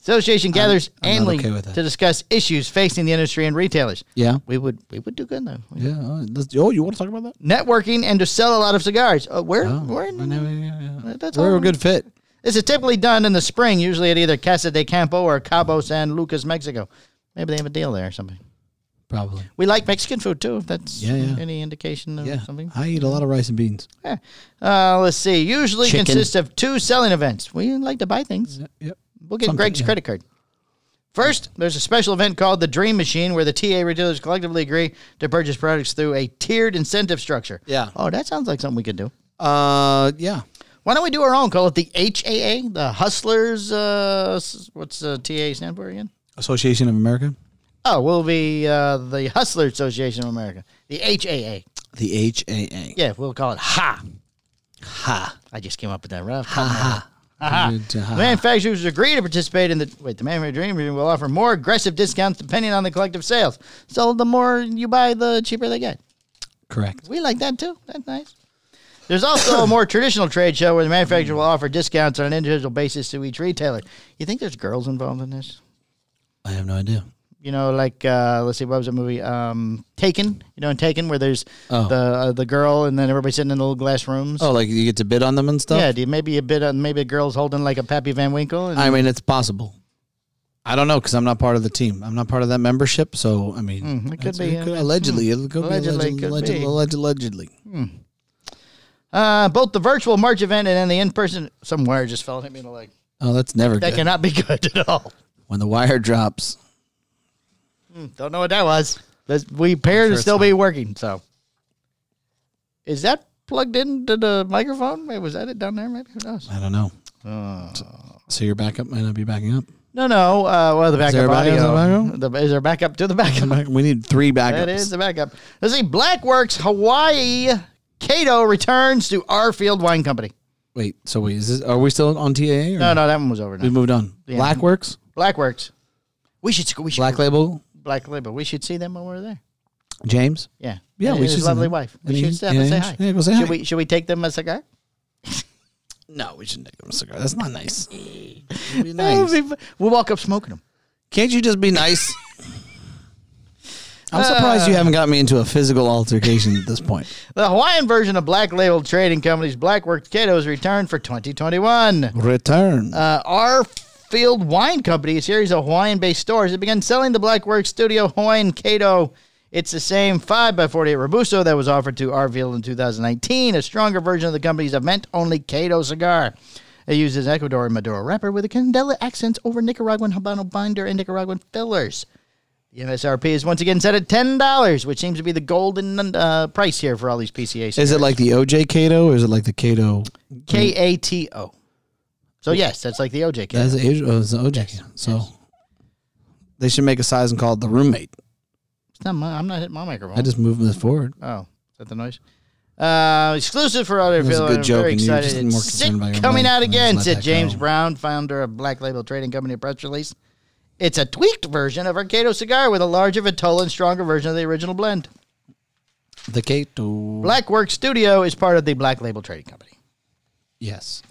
Association gathers
I'm not
annually
okay with that.
to discuss issues facing the industry and retailers.
Yeah.
We would we would do good though.
Yeah. Oh, let's- oh, you want to talk about that?
Networking and to sell a lot of cigars. Uh, we're
Oh,
we're in-
I know, yeah, yeah.
that's
We're
all.
a good fit.
This is typically done in the spring, usually at either Casa de Campo or Cabo San Lucas, Mexico. Maybe they have a deal there or something.
Probably.
We like Mexican food too, if that's
Yeah, yeah.
any indication of
Yeah.
something.
I eat a lot of rice and beans.
Yeah. Uh, let's see. Usually
Chicken.
consists of two selling events. We like to buy things.
Yep.
We'll get
Something,
Greg's
yeah.
credit card. First, there's a special event called the Dream Machine where the TA retailers collectively agree to purchase products through a tiered incentive structure.
Yeah.
Oh, that sounds like something we could do.
Uh, yeah.
Why don't we do our own? Call it the HAA, the Hustlers. Uh, s- what's the TA stand for again?
Association of America.
Oh, we'll be uh, the Hustler Association of America, the HAA.
The H A A.
Yeah, we'll call it HA.
Ha.
I just came up with that right off. the top of my head.
Ha ha. Good, uh,
The
ha.
manufacturers agree to participate in the wait. The manufacturer will offer more aggressive discounts depending on the collective sales. So the more you buy, the cheaper they get.
Correct.
We like that too. That's nice. There's also a more traditional trade show where the manufacturer will offer discounts on an individual basis to each retailer. You think there's girls involved in this?
I have no idea.
you know, like uh, let's see, what was that movie? Um, Taken. You know, in Taken, where there's
Oh.
the uh, the girl and then everybody sitting in the little glass rooms.
Oh, like you get to bid on them and stuff.
yeah, dude, maybe a bit. Of, maybe a girl's holding like a Pappy Van Winkle. And,
I mean, it's possible. I don't know because I'm not part of the team. I'm not part of that membership. So I mean,
Mm, it could
it's-
be, yeah.
allegedly. It could be
Allegedly,
allegedly.
could
allegedly,
be.
alleged- allegedly.
uh, both the virtual March event and then the in person. Somewhere just fell and hit me in the leg.
Oh, that's never
That
good.
cannot be good at all.
when the wire drops,
Don't know what that was. That's, we appear
sure
to
it's
still be working. So, is that plugged into the microphone? Wait, was that it down there? Maybe who knows?
I don't know.
Oh.
So your backup might not be backing up.
No, no. Uh, well, the
there a
backup
backup? Is there a
audio. The, is there a backup to the backup?
We need three backups.
That is the backup. Let's see. Blackworks Hawaii Cato returns to our Field Wine Company.
Wait, so wait, is this, are we still on TAA? Or
No, no, that one was over
We
now.
moved on. Blackworks,
Blackworks. We should we should
Black Label,
Black Label. We should see them when we're there.
James.
Yeah.
Yeah,
And
we
his
should see
lovely
them.
wife.
And
We should
he-
stop and say
yeah,
hi.
yeah, go say
should
hi.
we should we take them a cigar?
No, we shouldn't take him a cigar. That's not nice. It'd be
That would
nice.
be fu- We'll walk up smoking them.
Can't you just be nice? I'm surprised you haven't got me into a physical altercation at this point.
The Hawaiian version of Black Label Trading Company's Blackworks Cato is returned for 2021.
Return.
uh, our Field Wine Company, a series of Hawaiian-based stores, it began selling the Blackworks Studio Hawaiian Kato. It's the same 5x48 Robusto that was offered to Arfield in 2019, a stronger version of the company's event-only Kato cigar. It uses Ecuadorian Maduro wrapper with a Candela accents over Nicaraguan Habano binder and Nicaraguan fillers. The MSRP is once again set at $10, which seems to be the golden uh, price here for all these PCAs.
is it like the OJ Cato or is it like the Cato?
K-A-T-O. So, yes, that's like the OJ Kato.
That's the, Aj- oh, it's the OJ Cato. So they should make a size and call it the roommate.
It's not my, I'm not hitting my microphone.
I just moved this forward.
oh, is that the noise? Uh, exclusive for other
was a
people.
good
I'm
joke,
very
and you were
excited.
just more
It's sick
concerned about your
coming
mic
out
than
again,
just let
said
that
James
go.
Brown, founder of Black Label Trading Company, press release. It's a tweaked version of our Cato cigar with a larger vitola and stronger version of the original blend.
The Cato.
Black Work Studio is part of the Black Label Trading Company.
Yes.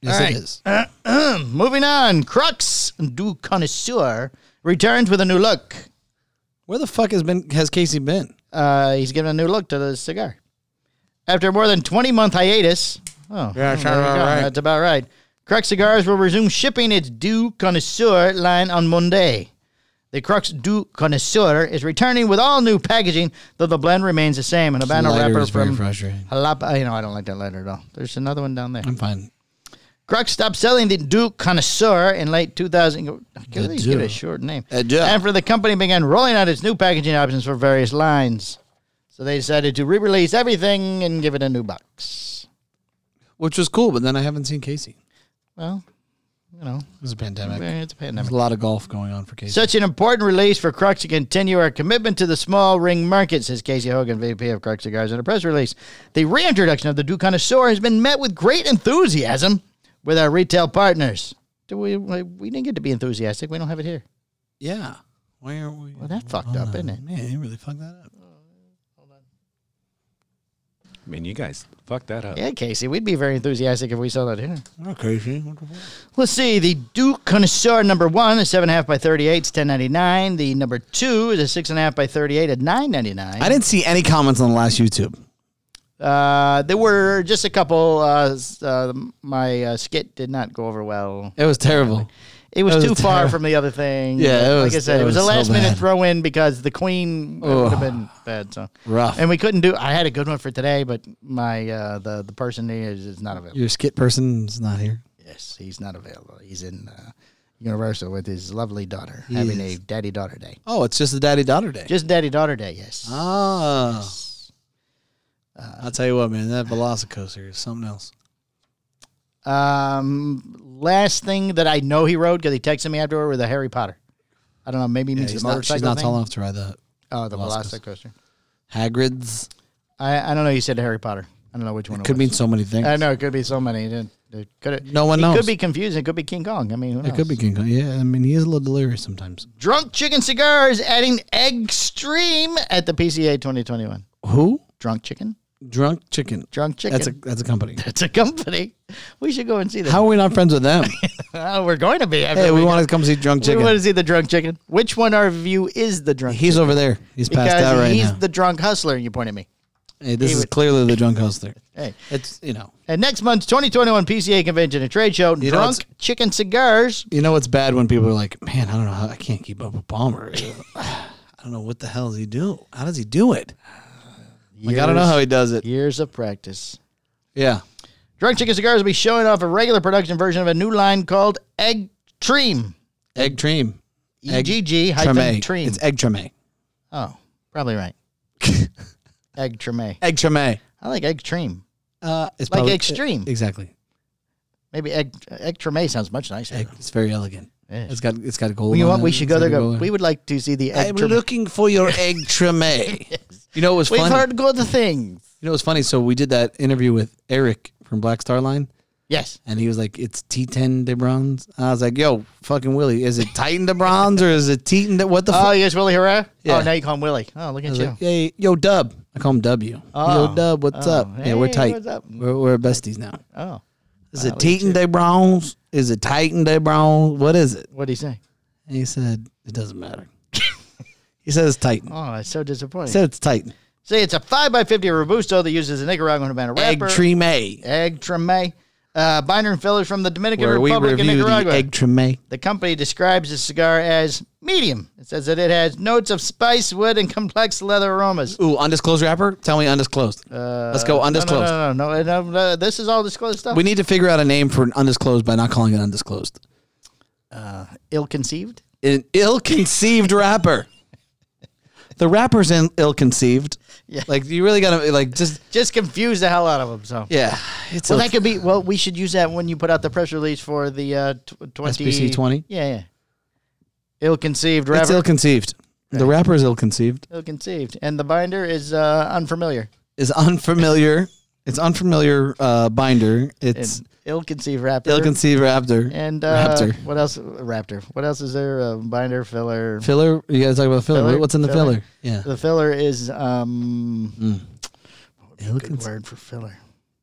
Yes,
right.
it is.
Moving on, Crux du Connoisseur returns with a new look.
Where the fuck has been has Casey been?
Uh, he's given a new look to the cigar. After more than 20 month hiatus, oh, yeah,
sounds about right.
that's about right. Crux Cigars will resume shipping its Du Connoisseur line on Monday. The Crux Du Connoisseur is returning with all new packaging, though the blend remains the same. An Habano
Lighter
wrapper
is very
from
frustrating.
Jalapa. You know, I don't like that lighter at all. There's another one down there.
I'm fine.
Kruk stopped selling the Duke Connoisseur in late 2000. Give it a short name.
The Duke.
And for the company began rolling out its new packaging options for various lines. So they decided to re-release everything and give it a new box.
which was cool. But then I haven't seen Casey.
Well, you know, eh,
It was a pandemic. There's
it's a pandemic.
a lot of golf going on for Casey.
Such an important release for Crux to continue our commitment to the small ring market, says Casey Hogan, VP of Crux Cigars, in a press release. The reintroduction of the Duke Connoisseur has been met with great enthusiasm with our retail partners. Do we, we we didn't get to be enthusiastic. We don't have it here.
yeah. Why aren't we?
Well, that fucked up, isn't it?
Man, you really fucked that up.
I mean, you guys fuck that up.
Yeah, Casey, we'd be very enthusiastic if we saw that here.
Oh, Casey. What the fuck?
Let's see. The Duke Connoisseur number one is seven and a half by thirty-eight. It's ten ninety-nine. The number two is a six and a half by thirty-eight at nine ninety-nine.
I didn't see any comments on the last YouTube.
Uh, there were just a couple. Uh, s- uh, my uh, skit did not go over well.
It was terrible.
It was,
That was
too far
terrible.
from the other thing.
Yeah, it
like I
was-
said,
it
it was,
was
a
so
last minute
bad.
throw in because the Queen uh, would have been bad. So
Rough.
and we couldn't do. I had a good one for today, but my uh, the the person is is not available.
Your skit person's not here.
Yes, he's not available. He's in uh, Universal with his lovely daughter, having a daddy daughter day.
Oh, it's just a daddy daughter day.
Just daddy daughter day. Yes.
Ah. Uh, I'll tell you what, man, that Velocicoaster is something else.
Um, last thing that I know he rode because he texted me afterward with a Harry Potter. I don't know. Maybe he means
She's
the
not,
motorcycle
she's not
thing.
tall enough to ride that.
Oh, the
Velocicoaster.
Velocicoaster.
Hagrid's
I I don't know. You said Harry Potter. I don't know which one.
could
it was.
mean so many things.
I know it could be so many. It didn't- It could.
No one
it
knows.
Could be confusing. It could be King Kong. I mean, who
It could be King Kong. Yeah, I mean, he is a little delirious sometimes.
Drunk Chicken Cigars adding extreme at the PCA 2021.
Who?
Drunk Chicken.
Drunk Chicken.
Drunk Chicken.
That's a that's a company.
It's a company. We should go and see that.
How are we not friends with them?
Oh, we're going to be. after
hey, we
go-
want to come see Drunk
We want to
Chicken.
see the drunk chicken. Which one of you is the drunk?
He's over there. He's
because
passed out right
he's
now.
the drunk hustler. You point at me.
hey, this
he
is
would-
clearly the drunk hustler.
Hey,
It's you know
and next month's 2021 PCA convention and trade show,
You know,
drunk
it's-
chicken cigars.
you know it's bad when people are like, man, I don't know how I can't keep up with Palmer. I don't know what the hell does he do. How does he do it? Like I don't know how he does it.
Years of practice.
Yeah.
Drunk chicken cigars will be showing off a regular production version of a new line called Egg Treem.
Egg Dream.
E G G hyphen
Treme.
Treem.
It's egg treme.
oh, probably right. Egg Treme.
Egg treme.
I like Egg Treem.
Uh, it's
Like
probably-
extreme.
exactly.
Maybe Egg Egg Treme sounds much nicer.
Egg, it's very elegant.
Yeah.
It's got it's got gold.
you know
on it.
what? We should go
It's
there.
got
Go.
gold.
We would like to see the Egg
I'm
Treme.
looking for your egg treme. You know it was
We've
funny.
heard good things.
you know it was funny. So we did that interview with Eric from Black Star Line,
Yes.
and he was like, "It's T10 de Bronze." I was like, "Yo, fucking Willie, is it Titan de Bronze or is it Teton? De- what the
Oh,
fuck?"
yes, Willie Herrera. Oh,
Yeah.
now you call him Willie. Oh, look
I
at
was
you.
like, "Hey, yo, Dub." I call him W.
Oh.
Yo, Dub, what's
Oh.
up? yeah, we're
Hey,
tight.
what's up?
We're, we're besties now.
Oh,
Is it Teton de Bronze? Is it Titan de Bronze? What is it?
what did he say?
And he said, It doesn't matter. he said it's Titan.
Oh, it's so disappointing.
He said it's Titan.
See, it's a five x fifty robusto that uses a Nicaraguan Habana
Egg
wrapper,
Treme.
egg treme, uh, binder and fillers from the Dominican
Where we
Republic and
review the
Nicaragua.
egg treme.
The company describes the cigar as medium. It says that it has notes of spice, wood, and complex leather aromas.
Ooh, undisclosed wrapper? Tell me undisclosed. Let's go
Uh, No, no,
undisclosed.
no, no, no, no, no, This is all disclosed stuff.
We need to figure out a name for an undisclosed by not calling it undisclosed.
Ill-conceived.
An ill conceived wrapper. The wrapper's in ill conceived.
Yeah.
Like, you really gotta, like, just,
Just confuse the hell out of them. So.
yeah. It's
Well,
ill-
that could be. Well, we should use that when you put out the press release for the uh, tw- twenty
SPC 20?
Yeah, yeah. Ill-conceived
it's
wrapper.
ill conceived. The wrapper is ill conceived.
Ill-conceived, and the binder is uh, unfamiliar.
Is unfamiliar. It's unfamiliar uh, binder. It's
It's ill-conceived wrapper.
ill conceived raptor.
and uh,
raptor.
What else? Raptor. What else is there? Uh, binder filler.
Filler? You guys talk about filler.
Filler?
What's in the
Filler?
filler? Yeah.
The filler is um. Good
Elegance.
word for filler.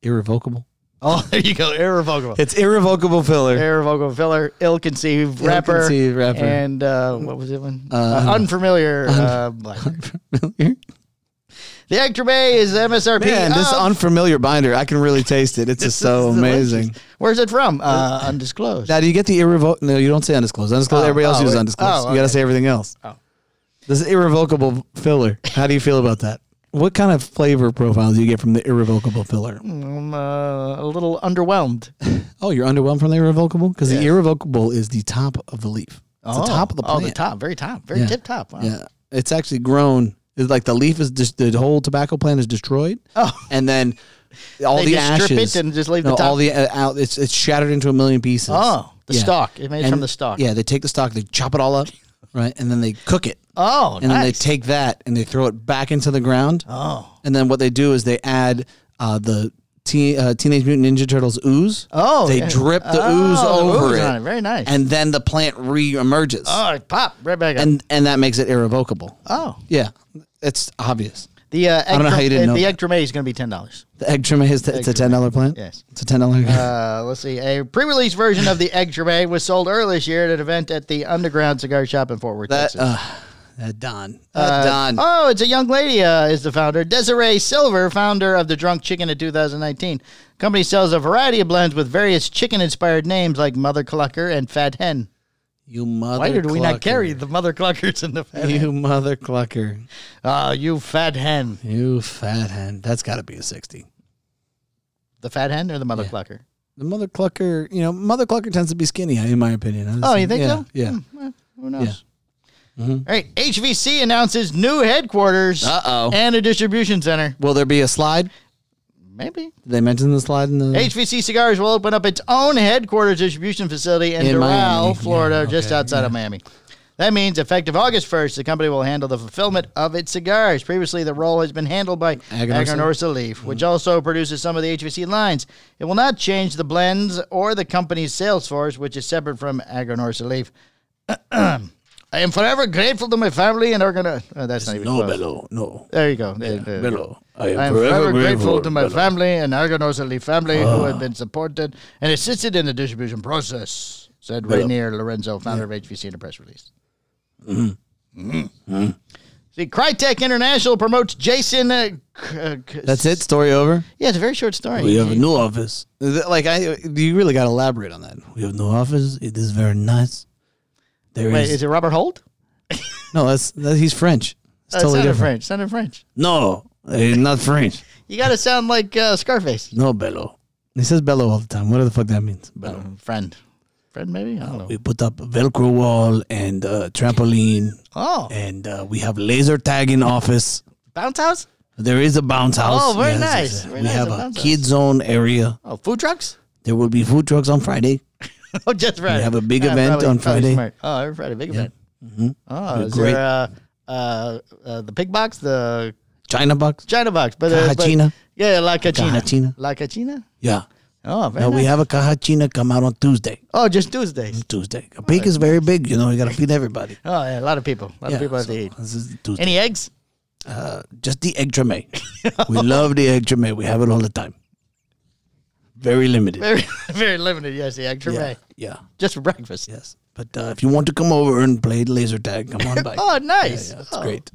Irrevocable.
Mm. Oh, there you go. Irrevocable.
It's irrevocable filler.
Irrevocable filler, ill-conceived wrapper,
Ill-conceived wrapper.
and uh, what was it one? Uh, unfamiliar. uh, binder.
Unfamiliar.
The Actor Bay is MSRP.
Man, this
of-
unfamiliar binder, I can really taste it. It's just so
um, is delicious.
amazing.
Where's it from? Uh, undisclosed.
Now, do you get the irrevocable? No, you don't say undisclosed. Undisclosed.
Oh,
everybody else
oh,
uses
it-
undisclosed.
oh,
You got
okay.
to say everything else.
Oh.
This irrevocable filler. How do you feel about that? What kind of flavor profile do you get from the irrevocable filler?
I'm uh, a little underwhelmed.
Oh, you're underwhelmed from the irrevocable because the irrevocable is the top of the leaf. It's the top of the plant.
Oh, the top, very top, very
Yeah.
tip top. Wow.
Yeah, it's actually grown. It's like the leaf is just the whole tobacco plant is destroyed.
Oh.
and then all
They
the
just strip
ashes
it and just leave the
No,
top?
All the uh, out, it's it's shattered into a million pieces.
Oh, the
Yeah.
stalk. It made it
And-
from the stalk.
Yeah, they take the stock, they chop it all up, right, and then they cook it,
Oh,
and then they
nice.
take that and they throw it back into the ground.
oh,
And then what they do is they add uh, the teen, uh, Teenage Mutant Ninja Turtles ooze.
Oh,
they
yeah.
drip the
Oh,
ooze
the
over
ooze
it.
on it. Very nice.
And then the plant reemerges,
oh, it popped right back up.
and and that makes it irrevocable.
oh,
Yeah, it's obvious.
the uh, egg
don't know how you didn't
uh,
know
the
that.
egg dromade is going to be ten dollars.
The egg trimmer is it's a ten dollar plant.
Yes.
it's a ten dollar.
Uh, let's see. A pre-release version of the egg dromade was sold earlier this year at an event at the Underground Cigar Shop in Fort Worth,
that
Texas.
uh, that Don, that Don.
Oh, it's a young lady uh, is the founder. Desiree Silver, founder of the Drunk Chicken in 2019. Company sells a variety of blends with various chicken-inspired names like Mother Clucker and Fat Hen.
you mother.
Why did we not
clucker.
carry the Mother Cluckers and the Fat Hen?
You mother clucker.
Oh, you Fat Hen.
You fat hen. That's got to be a sixty.
The Fat Hen or the Mother Clucker?
The mother clucker, you know, mother clucker tends to be skinny, in my opinion. Honestly.
Oh, you think
yeah,
so? Hmm.
Yeah. Mm-hmm.
Who knows? All right. HVC announces new headquarters
Uh-oh.
and a distribution center.
Will there be a slide?
Maybe.
Did they mention the slide in the?
HVC Cigars will open up its own headquarters distribution facility in,
In
Doral,
Miami.
Florida,
Yeah,
just
okay,
outside of Miami. That means effective August 1st, the company will handle the fulfillment of its cigars. Previously, the role has been handled by
Aganorsa?
Aganorsa Leaf, which
Hmm.
also produces some of the HVC lines. It will not change the blends or the company's sales force, which is separate from Aganorsa Leaf. I am forever grateful to my family and organi- oh, that's not even
no,
close.
Bello. No,
There you go. There- there you go.
Bello. I
I am forever grateful to my Ah. family and Argonos Elite family who have been supported and assisted in the distribution process, said Rainier Lorenzo, founder of HVC, in a press release. Mm-hmm. See, Crytek International promotes Jason. Uh, K- uh, K-
That's it. Story over.
Yeah, it's a very short story.
We have a new office. Is it Like I, you really got to elaborate on that. We have new office. It is very nice. There is
Wait, is it Robert Holt?
no. That's that, he's French. It's
Uh,
totally
sounded
different.
French. Sounded French.
No, eh, not French.
You got to sound like uh, Scarface.
No, bello. He says bello all the time. What the fuck that means? Bello.
Um, friend. Friend, maybe? I don't know.
We put up a Velcro wall and a trampoline,
Oh,
and uh, we have laser tag in office.
bounce house?
There is a bounce house.
Oh, very nice.
yes,
Very
we
nice,
have
a
a
bounce house.
kids zone area.
Oh, food trucks?
There will be food trucks on Friday.
Oh, just Friday.
have a big event
probably-
on
probably
Friday. Mm-hmm.
smart. Oh, every Friday, big event. Oh, is
Great.
there uh, uh, uh, the pig box, the
China box.
China box, but, uh, but-
Cajina.
yeah, La Cachina,
Cajina.
La Cachina.
Yeah.
Oh, very
Now we
nice.
have Mm. a cajachina come out on Tuesday.
Oh, just Tuesdays.
Tuesday. A pig is very big. You know, you got to feed everybody.
Oh, yeah, a lot of people, a lot of people have
so uh,
to eat.
This is Tuesday.
Any eggs?
Just the egg treme. we love the egg treme. We have it all the time. Very limited.
Very, very limited. Yes, the egg
yeah.
tray,
Yeah.
just for breakfast.
Yes. But uh, if you want to come over and play laser tag, come on by.
Oh, nice.
Yeah, it's
oh.
great.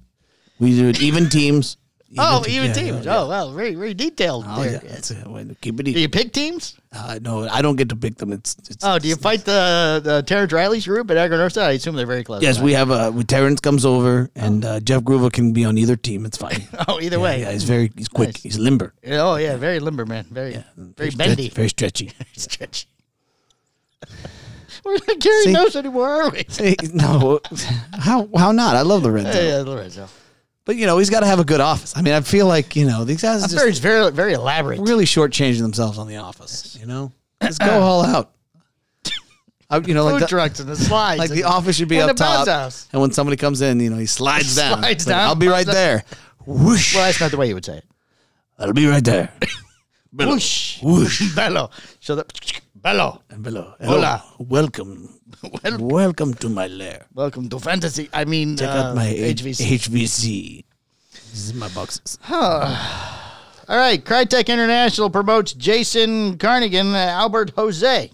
We do it even teams.
Oh,
te-
even
yeah,
teams.
yeah, yeah.
Oh, wow, very, very detailed.
Oh,
there.
yeah. That's it. Well, Keep it
Do
easy.
you pick teams?
Uh, no, I don't get to pick them. It's, it's
Oh, do you
it's-
fight the, the Terrence Riley's group at Agronursa? I assume they're very close.
Yes,
right?
we have a. Terrence comes over, and uh, Jeff Groover can be on either team. It's fine.
Oh, either
Yeah,
way.
yeah, he's very, he's quick,
Nice.
he's limber,
Yeah, Oh yeah, very limber, man. Very, very
stretch-
bendy,
very stretchy.
stretchy. We're not carrying
See?
notes anymore, are we?
Hey, no, how how not? I love the Red Zone,
Yeah, Lorenzo.
but you know he's got to have a good office. I mean, I feel like you know these guys are
Very,
just
very, very elaborate.
really shortchanging themselves on the office. You know, just go all out. I, you know,
Food
like the,
trucks and the slides.
like the
and-
office should be
and
up
the
top,
bounce house.
and when somebody comes in, you know, he slides down.
Slides
It's like,
down,
I'll be right
bounce up.
there. Whoosh!
Well, that's not the way you would say it.
I'll be right there.
Whoosh,
Whoosh!
bello. So the bello.
And below.
Hola.
Hello. Welcome.
Welcome.
Welcome to my lair.
Welcome to fantasy. I mean, uh,
Check out my HVC.
HVC.
HVC. This is my boxes.
All right, Crytek International promotes Jason Carnegie, and Albert Jose.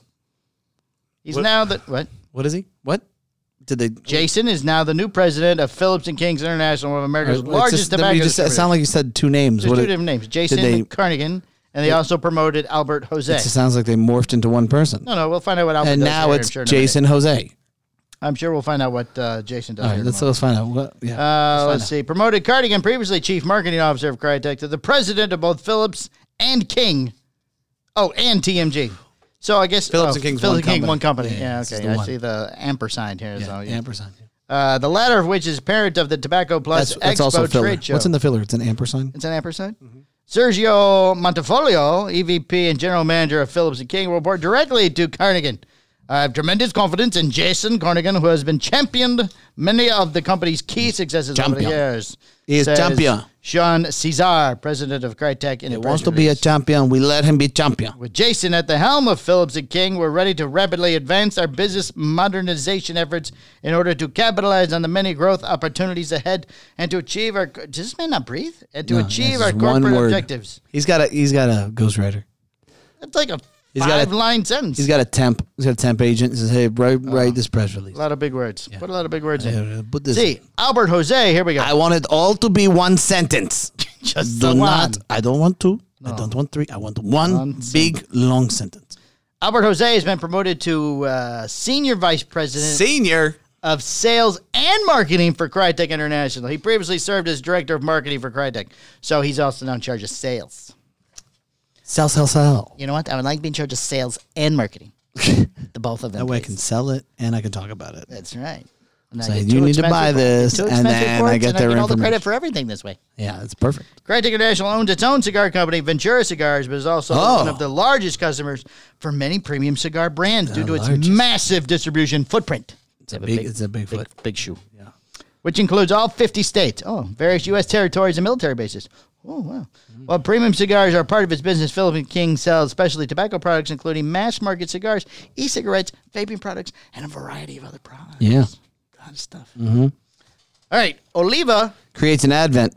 He's now the what?
What is he? What? Did they?
Jason is now the new president of Phillips and Kings International, one of America's
Uh, It's
largest
just-
tobacco
You just it
distributors.
sound like you said two names.
There's
What
two
it,
different names, Jason
they-
Carnegie, and they also promoted Albert Jose.
it just sounds like they morphed into one person.
no, no, we'll find out what Albert
and
does
now
here,
it's
I'm sure, in a minute.
Jason Jose.
I'm sure we'll find out what uh, Jason does.
All
here
right, let's
tomorrow.
let's find out. What? Yeah.
uh, let's see. Promoted Cardigan, previously chief marketing officer of Crytek, to the president of both Phillips and King. Oh, and TMG. So I guess
Phillips
oh,
and King's
Phillips
one
and
company.
King, one company.
Yeah,
Yeah,
yeah, it's
okay.
the
I
one.
see the ampersand here.
yeah.
so, yeah.
Ampersand.
Uh, the latter of which is parent of the Tobacco Plus
That's, that's
Expo
also filler.
trade show.
What's in the filler? It's an ampersand.
It's an ampersand.
Mm-hmm.
Sergio Montefolio, EVP and General Manager of Phillips and King, will report directly to Carnegie. I have tremendous confidence in Jason Carnegie, who has been championed many of the company's key successes over
Mm. Champion.
the years.
He is
says
champion.
Sean Cesar, president of Crytek. In
He wants to be a champion. We let him be champion.
with Jason at the helm of Phillips and King, we're ready to rapidly advance our business modernization efforts in order to capitalize on the many growth opportunities ahead and to achieve our. Does this man not breathe? And to
No,
achieve
that's
our
just one
corporate
word.
objectives.
He's got a he's got a ghostwriter.
That's like a
He's got a-
five line sentence.
He's got a temp. He's got a temp agent. He says, "Hey, write,
Uh-huh.
write this press release.
a lot of big words. Put a lot of big words in.
Uh, Put this.
See, Albert Jose, here we go.
I want it all to be one sentence.
Just
Do
the one.
not. I don't want two. I don't want three. I want one big long sentence.
Albert Jose has been promoted to uh, senior vice president
Senior.
of sales and marketing for Crytek International. He previously served as director of marketing for Crytek, so he's also now in charge of sales.
Sell, sell, sell.
You know what? I would like to be in charge of sales and marketing, the both of them.
That way I
please.
can sell it and I can talk about it.
That's right. And I
So
get
you
two
need to
expensive-
buy
I get
this,
two
and
expensive
then I
cords,
get
and
their
all the credit
information.
for everything this way.
Yeah, it's perfect.
Crytek International owns its own cigar company, Ventura Cigars, but is also
Oh.
one of the largest customers for many premium cigar brands due to its
largest.
massive distribution footprint,
It's a big. It's a big foot.
big shoe, yeah. which includes all 50 states, oh, various U.S. territories and military bases. Oh, wow. While premium cigars are part of its business, Philip King sells specialty tobacco products, including mass market cigars, e cigarettes, vaping products, and a variety of other products.
Yeah.
Kind of stuff. All right, Oliva.
Creates an advent.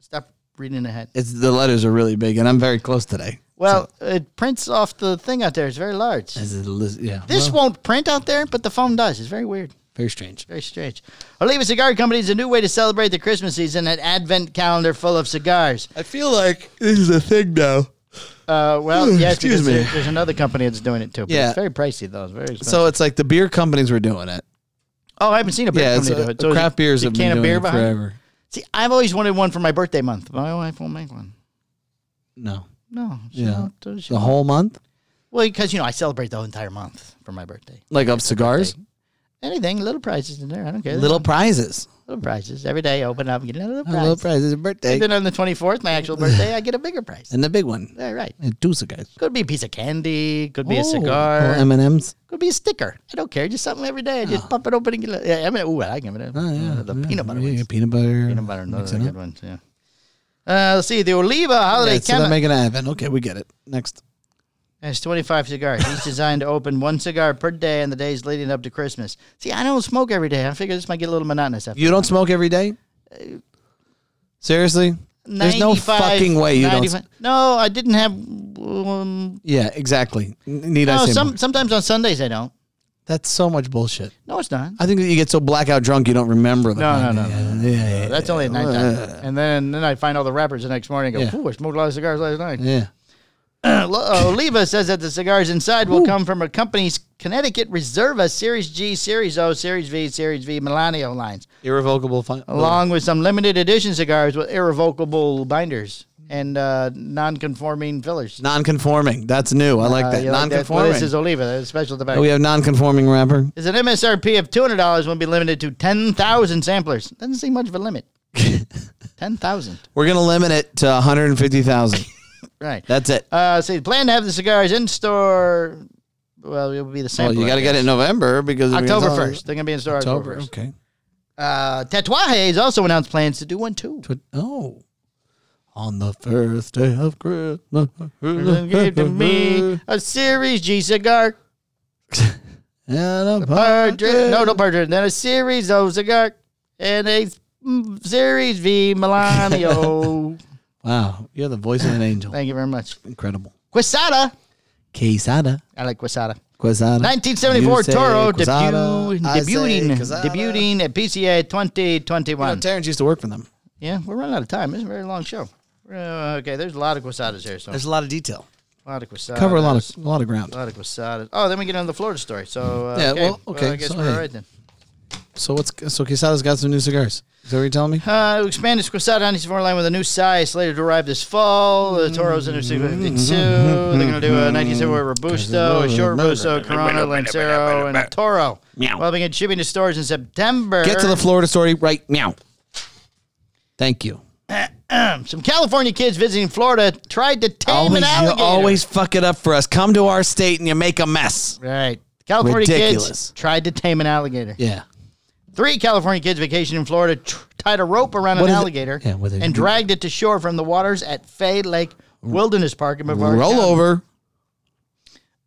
Stop reading ahead.
It's the letters are really big, and I'm very close today.
Well, it prints off the thing out there. It's very large.
This is a lis- yeah.
This
well,
won't print out there, but the phone does. It's very weird,
very strange.
very strange. Oliva Cigar Company is a new way to celebrate the Christmas season, an advent calendar full of cigars.
I feel like this is a thing now.
Uh, well, yes,
Hmm, Excuse
because
me.
there- there's another company that's doing it too. But
Yeah.
It's very pricey, though. It's very expensive.
So it's like the beer companies were doing it.
oh, I haven't seen a beer
Yeah, it's
company do
uh,
it. So is
craft
it-
beers
is it
have been doing it
behind?
forever.
See, I've always wanted one for my birthday month. My wife won't make one.
No,
No. She
Yeah.
Won't, does she
the whole month,
well, because, you know, I celebrate the whole entire month for my birthday.
Like of cigars.
Anything, little prizes in there. I don't care.
little prizes.
little prizes. Every day, I open up, get another
A
prize.
little prizes. Birthday
Then on the 24th, my actual birthday, I get a bigger prize.
and the big one.
All right.
And Eh, two cigars.
Could be a piece of candy. Could be a
Oh,
cigar.
M and M's.
could be a sticker. I don't care. Just something every day. I just pop it open and get it. Yeah, I mean, ooh, I like it. uh,
Oh, Ah. yeah,
the
yeah,
peanut butter
yeah,
ones.
Peanut butter.
Peanut butter, those
mix
are
it
the
up.
good ones, yeah. Uh, let's see. The Oliva Holiday
Yeah,
yeah,
so they're making an advent. Okay, we get it. Next.
has 25 cigars. Each designed to open one cigar per day in the days leading up to Christmas. See, I don't smoke every day. I figure this might get a little monotonous after.
You don't smoke every day?
Uh,
Seriously? There's no
95
fucking way you don't.
95 No, I didn't have. Um,
Yeah, exactly. N- Need I
no,
say more?
some, sometimes on Sundays I don't.
That's so much bullshit.
No, it's not.
I think that you get so blackout drunk you don't remember them.
No, no, no,
Yeah, yeah, yeah,
That's only at nighttime. and then, then I find all the wrappers the next morning and go,
Yeah.
ooh, I smoked a lot of cigars last night.
yeah.
Lo- uh, Oliva says that the cigars inside will come from a company's Connecticut Reserva Series G, Series O, Series V, Series V Milano lines,
Irrevocable. Fi-
along with some limited edition cigars with irrevocable binders and uh, non-conforming fillers.
non-conforming. That's new. I like
Uh,
that.
you like that? Well,
non-conforming. Oh,
this is Oliva, a special tobacco.
we have non-conforming wrapper.
There's an MSRP of two hundred dollars. Will be limited to ten thousand samplers. Doesn't seem much of a limit. ten thousand,
We're gonna limit it to 150,000.
right?
That's it.
Uh, see, plan to have the cigars in store. Well, it will be the
well,
same.
you got to get it in November because we're gonna
October
sell it-
first. They're gonna be in store
October.
October first.
Okay.
Uh, Tatuaje has also announced plans to do one too.
But oh, on the first day of Christmas,
Gave to me a Series G cigar,
and a
partridge,
partridge.
no, no partridge, then a Series O cigar, and a mm, Series V Milano.
Wow, you're the voice of an angel.
Thank you very much.
Incredible.
Quesada.
Quesada.
I like Quesada.
Quesada.
1974
You say
Toro
Quesada,
debut,
I say
debuting,
Quesada.
debuting at PCA
You know,
2021.
Terrence used to work for them.
Yeah, we're running out of time. This is a very long show. Uh, okay, there's a lot of Quesadas here. So
There's a lot of detail.
A lot of quesadas.
Cover a lot of a lot of ground.
a lot of quesadas. Oh, then we get into the Florida story. So uh,
Yeah,
okay.
well, okay,
I guess
so,
we're
hey.
all right then.
So what's so Quesada's got some new cigars. Is that what you're telling me?
Uh, expanded Squisada on his four line with a new size slated to arrive this fall. The Toros in their
Mm-hmm.
652. They're going to do a 1974 Robusto, a short Rosso, Corona, Lancero, and a Toro.
Meow.
Well, begin shipping to stores in September.
Get to the Florida story right now. Thank you.
Some California kids visiting Florida tried to tame
Always,
an
you
alligator.
always fuck it up for us. Come to our state and you make a mess.
Right. California
Ridiculous.
kids tried to tame an alligator.
Yeah.
Three California kids vacationed in Florida tr- tied a rope around
What
an
is it-
alligator
Yeah, what they
and
do-
dragged it to shore from the waters at Fay Lake Wilderness Park in Brevard
Roll
County.
over.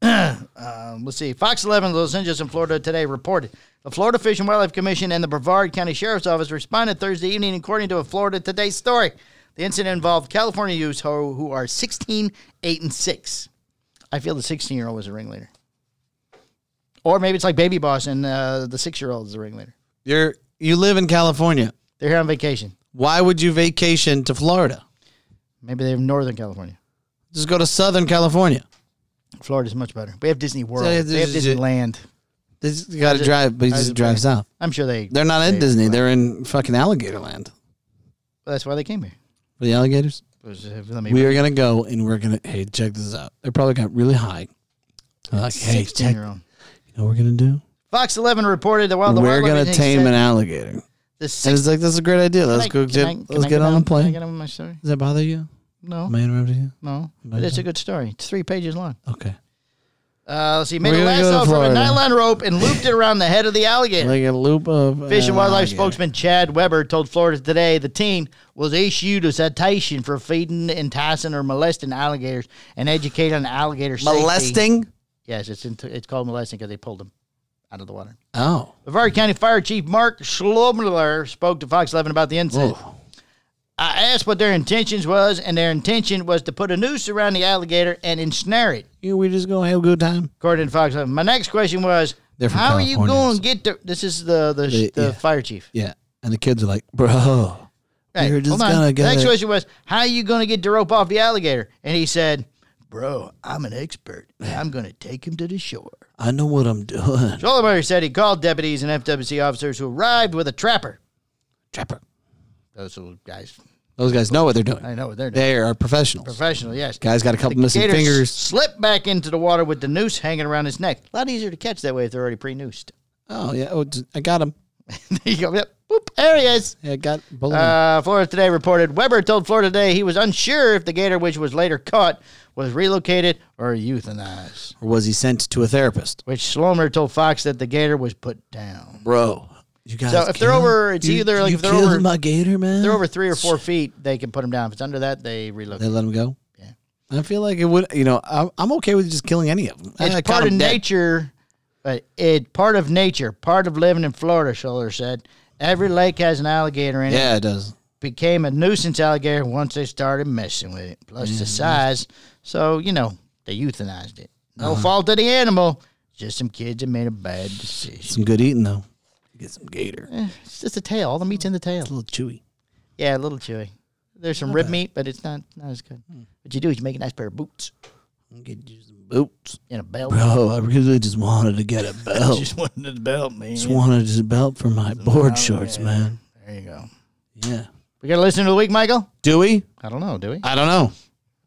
Let's see. Fox 11, Los Angeles, in Florida today reported the Florida Fish and Wildlife Commission and the Brevard County Sheriff's Office responded Thursday evening according to a Florida Today story. The incident involved California youths who, who are 16, 8, and 6. I feel the 16 year old was a ringleader. Or maybe it's like Baby Boss and uh, the 6 year old is the ringleader.
You're you live in California.
They're here on vacation.
Why would you vacation to Florida?
Maybe they're in Northern California.
Just go to Southern California.
Florida's much better. We have Disney World,
Yeah,
we have
there's-
Disneyland.
They just- You got to drive, but you
just
just drive south.
I'm sure they.
They're not in
they-
Disney. They're in fucking alligator land.
That's why they came here.
For the alligators,
Was, uh, let me-
we are gonna go and we're gonna. Hey, check this out. They probably got really high. They're Like, hey, check. You
16-year-old.
know what we're gonna do?
Fox 11 reported that while the
we're
wildlife
gonna
agency
tame
said
an alligator.
the
And
six-
it's like that's a great idea. Let's
Can
go.
I- can
Get,
I- can
let's
I
get on
out-
the
Can I
plane.
get on my story?
Does that bother you?
No,
Am I interrupting you?
no, but it's a good story. It's three pages long.
Okay.
Uh, let's see. Made
We're
a
gonna go to
lasso from a
Florida.
nylon rope and looped it around the head of the alligator.
Like a loop of
Fish and
uh,
Wildlife
alligator.
spokesman Chad Weber told Florida Today the teen was issued a citation for feeding, enticing, or molesting alligators and educating on alligator safety.
molesting.
Yes, it's in it's called molesting because they pulled him out of the water.
Oh,
Brevard County Fire Chief Mark Schlumler spoke to Fox 11 about the incident.
Oh.
I asked what their intentions was, and their intention was to put a noose around the alligator and ensnare it.
you we just gonna have a good time.
According to Fox 11, my next question was,
They're from
how are you
California,
going
so-
to get the? This is the the,
The-
the
yeah.
fire chief.
Yeah, and the kids are like, bro,
Hey,
we were just
hold on.
gonna
The
get
next
it.
question was, how are you going to get the rope off the alligator? And he said, "Bro, I'm an expert. I'm going to take him to the shore."
I know what I'm doing.
Schlumler said he called deputies and FWC officers who arrived with a trapper.
Trapper.
Those little guys,
Those guys know what they're doing.
I know what they're doing.
They are professionals.
Professional, yes.
Guy's got a couple missing
Gator
fingers.
slipped back into the water with the noose hanging around his neck. A lot easier to catch that way if they're already pre-noosed.
oh yeah, oh, d- I got him.
there you go. Yep. Boop. There he is.
Yeah, I got both of 'em.
Uh, Florida Today reported Weber told Florida Today he was unsure if the gator, which was later caught, was relocated or euthanized.
Or was he sent to a therapist,
Which Slomer told Fox that the gator was put down.
bro? You guys.
So if they're
kill
over-
him?
it's
You-
either, like,
you
if they're
killed
over-
my gator, man.
If they're over three or four feet, they can put them down. If it's under that, they relocate.
They let him go.
Yeah.
I feel like it would. You know, I'm, I'm okay with just killing any of them.
It's
I caught
part of
'em dead.
nature, but it part of nature, part of living in Florida. Scholler said every lake has an alligator in it.
Yeah, it does.
Became a nuisance alligator once they started messing with it. Plus
Mm-hmm.
the size, so you know they euthanized it. No
Uh-huh.
fault of the animal, just some kids that made a bad decision.
Some good eating though. Get some gator.
Eh, It's just the tail. All the meat's in the tail.
A little chewy.
Yeah, a little chewy. There's some rib meat, but it's not not as good.
Hmm.
What you do is you make a nice pair of boots
Get you some boots.
and a belt.
Bro, I really just wanted to get a belt. just,
Just wanted a belt, man.
wanted a belt for my board shorts, man.
There you go.
Yeah.
We got to listen to the week, Michael.
Do we?
I don't know. Do we?
I don't know.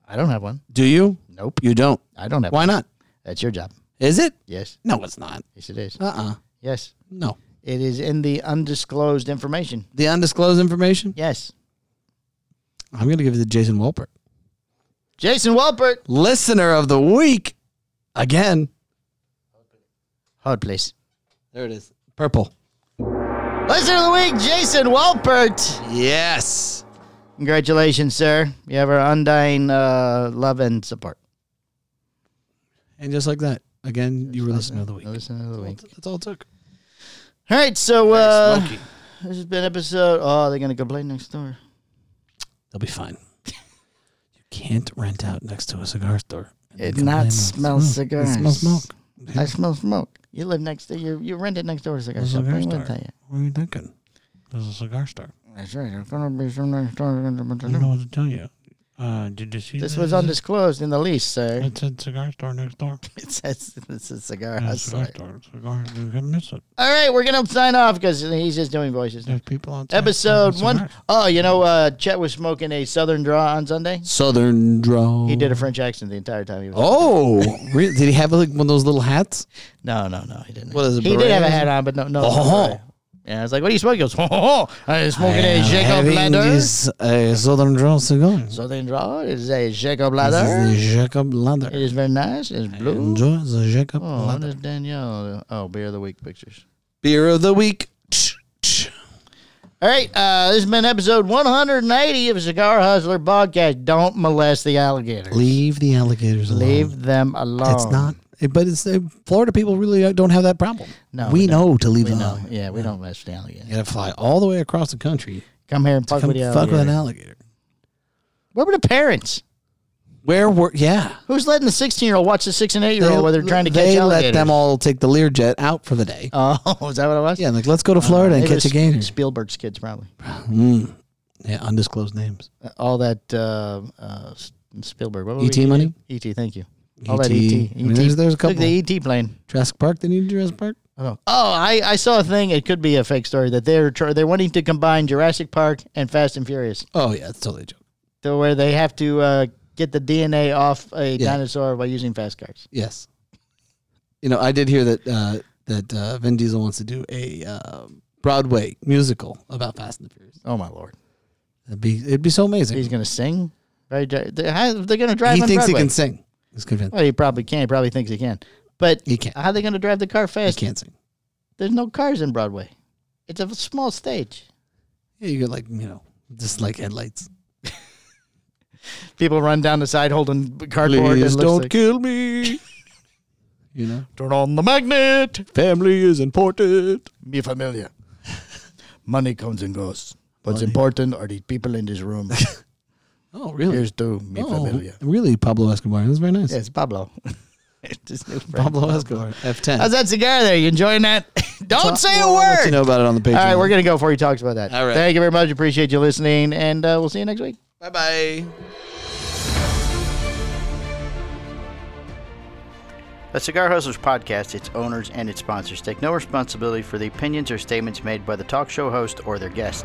I don't have one.
Do you?
Nope.
You don't.
I don't have
Why
one.
not?
That's your job.
Is it?
Yes.
No, it's not.
Yes, it is.
Uh uh
Yes.
No.
It is in the undisclosed information.
The undisclosed information?
Yes.
I'm going to give it to Jason Wolpert.
Jason Walpert.
Listener of the week. Again.
Hold, please.
There it is. Purple.
Listener of the week, Jason Walpert.
Yes.
Congratulations, sir. You have our undying uh, love and support.
And just like that, again, you were listener of the week.
Listener of the week.
That's all it took.
All right, so uh, this has been episode. Oh, they're gonna complain next door.
They'll be fine. you can't rent out next to a cigar store. and
It
complain
not
about
smells
smoke.
cigars.
It smells smoke.
I smell smoke. You live next to you. You rented next door to cigar
There's a
shop.
cigar
I wouldn't
store.
tell you.
What are you thinking? There's a cigar store.
That's right. There's gonna be some next
I don't
door.
know what to tell you.
Uh, did you see
Mm-hmm. This was undisclosed in the lease, sir.
It said cigar store next door.
It says this is cigar
Yeah, cigar
hustler.
store. Cigar. You can miss it.
All right, we're gonna sign off because he's just doing voices.
There's people outside.
Episode
smoking
one.
cigars.
Oh, you know, uh, Chet was smoking a Southern draw on Sunday.
Southern draw.
He did a French accent the entire time he was.
Oh,
Really? Did he have like one of those little hats?
No, no, no, he didn't.
What is it,
He did have a
beret?
hat on, but no, no. no
Oh.
beret. yeah, I was like, "What are you smoking?" He goes, "Oh, oh, oh, I'm smoking a Jacob
having
Ladder."
this uh, Southern Draw cigar.
Southern draw is a Jacob
This
Ladder.
is the Jacob Ladder.
It is very nice. It's blue.
Enjoy the Jacob
Oh, what
Ladder.
is Danielle? Oh, beer of the week pictures.
beer of the week.
All right, uh, this has been episode 180 of Cigar Hustler Podcast. Don't molest the alligators.
Leave the alligators alone.
Leave them alone.
It's not, but it's uh, Florida people really don't have that problem.
No,
we,
we don't.
know to leave
We
them
know.
alone.
Yeah, we don't mess with the alligators.
You gotta fly all the way across the country.
Come here and fuck
Come
with the
fuck with
alligators.
an alligator.
Where were the parents?
Where were? Yeah,
Who's letting the 16 year old watch the 6 and 8 year old while they're trying to catch
They
alligators?
let them all take the Learjet out for the day.
oh, is that what it was?
Yeah, like let's go to Florida and
Maybe
catch a
it's
gator.
Spielberg's kids, probably.
Mm. Yeah, undisclosed names.
All that uh, uh, S- Spielberg. What were
ET
we-
E money?
E.T., thank you. All that E
ET.
E.T.
I mean, there's- there's a
Look at
couple.
the E E.T. plane.
Jurassic Park. They need Jurassic Park.
Oh, oh I, I saw a thing. It could be a fake story that they're tr- they're wanting to combine Jurassic Park and Fast and Furious,
Oh yeah, it's totally a joke.
to where they have to uh, get the DNA off a
Yeah.
dinosaur by using fast cars.
Yes. You know, I did hear that uh, that uh, Vin Diesel wants to do a uh, Broadway musical about Fast and the Furious.
Oh my lord!
It'd be it'd be so amazing.
He's gonna sing. Right? Dri- They, how, they're gonna drive.
he
on
thinks
Broadway.
he can sing. He's convinced
Well, he probably can. He probably thinks he can. But
He can't.
How are they gonna drive the car
he
fast?
can't sing.
There's no cars in Broadway. It's a small stage.
Yeah, you got like you know just like headlights.
People run down the side holding cardboard.
Please
and
don't
like,
kill me.
You know,
turn on the magnet.
Family is important.
Be familiar. Money comes and goes. What's important are the people in this room.
oh really?
Here's to me
oh,
familiar.
really, Pablo Escobar. That's very nice.
Yeah, it's Pablo. It's his new friend.
Pablo Escobar, F10.
How's that cigar there? You enjoying that? Don't say a
Well, I'll let
word.
you know about it on the Patreon.
All right, we're going to go before he talks about that.
All right.
Thank you very much. Appreciate you listening, and uh, we'll see you next week.
Bye bye.
The Cigar Hustlers podcast, its owners, and its sponsors take no responsibility for the opinions or statements made by the talk show host or their guest.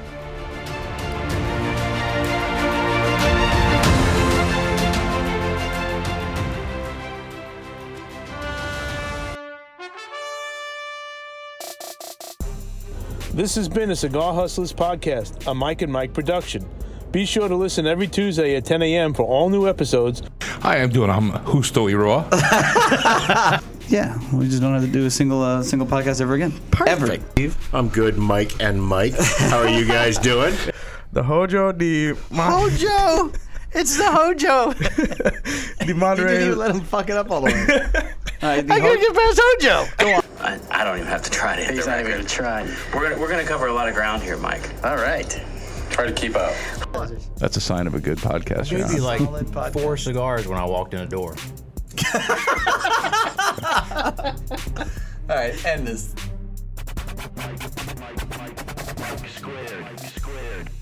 This has been a Cigar Hustlers podcast, a Mike and Mike production. Be sure to listen every Tuesday at 10 a.m. for all new episodes
Hi, I'm doing. I'm Husto Iroa.
Yeah, we just don't have to do a single uh, single podcast ever again. Perfect. Ever.
I'm good, Mike and Mike. How are you guys doing? The Hojo, the
Hojo! It's the Hojo!
the moderator.
let him fuck it up all the way.
I gotta get past Hojo!
I, I don't even have to try to hit the record. Even try. We're gonna, we're gonna cover a lot of ground here, Mike. All right. Try to keep up.
That's a sign of a good podcast. You're on.
like four cigars when I walked in the door.
all right, end this.
Squared. Squared.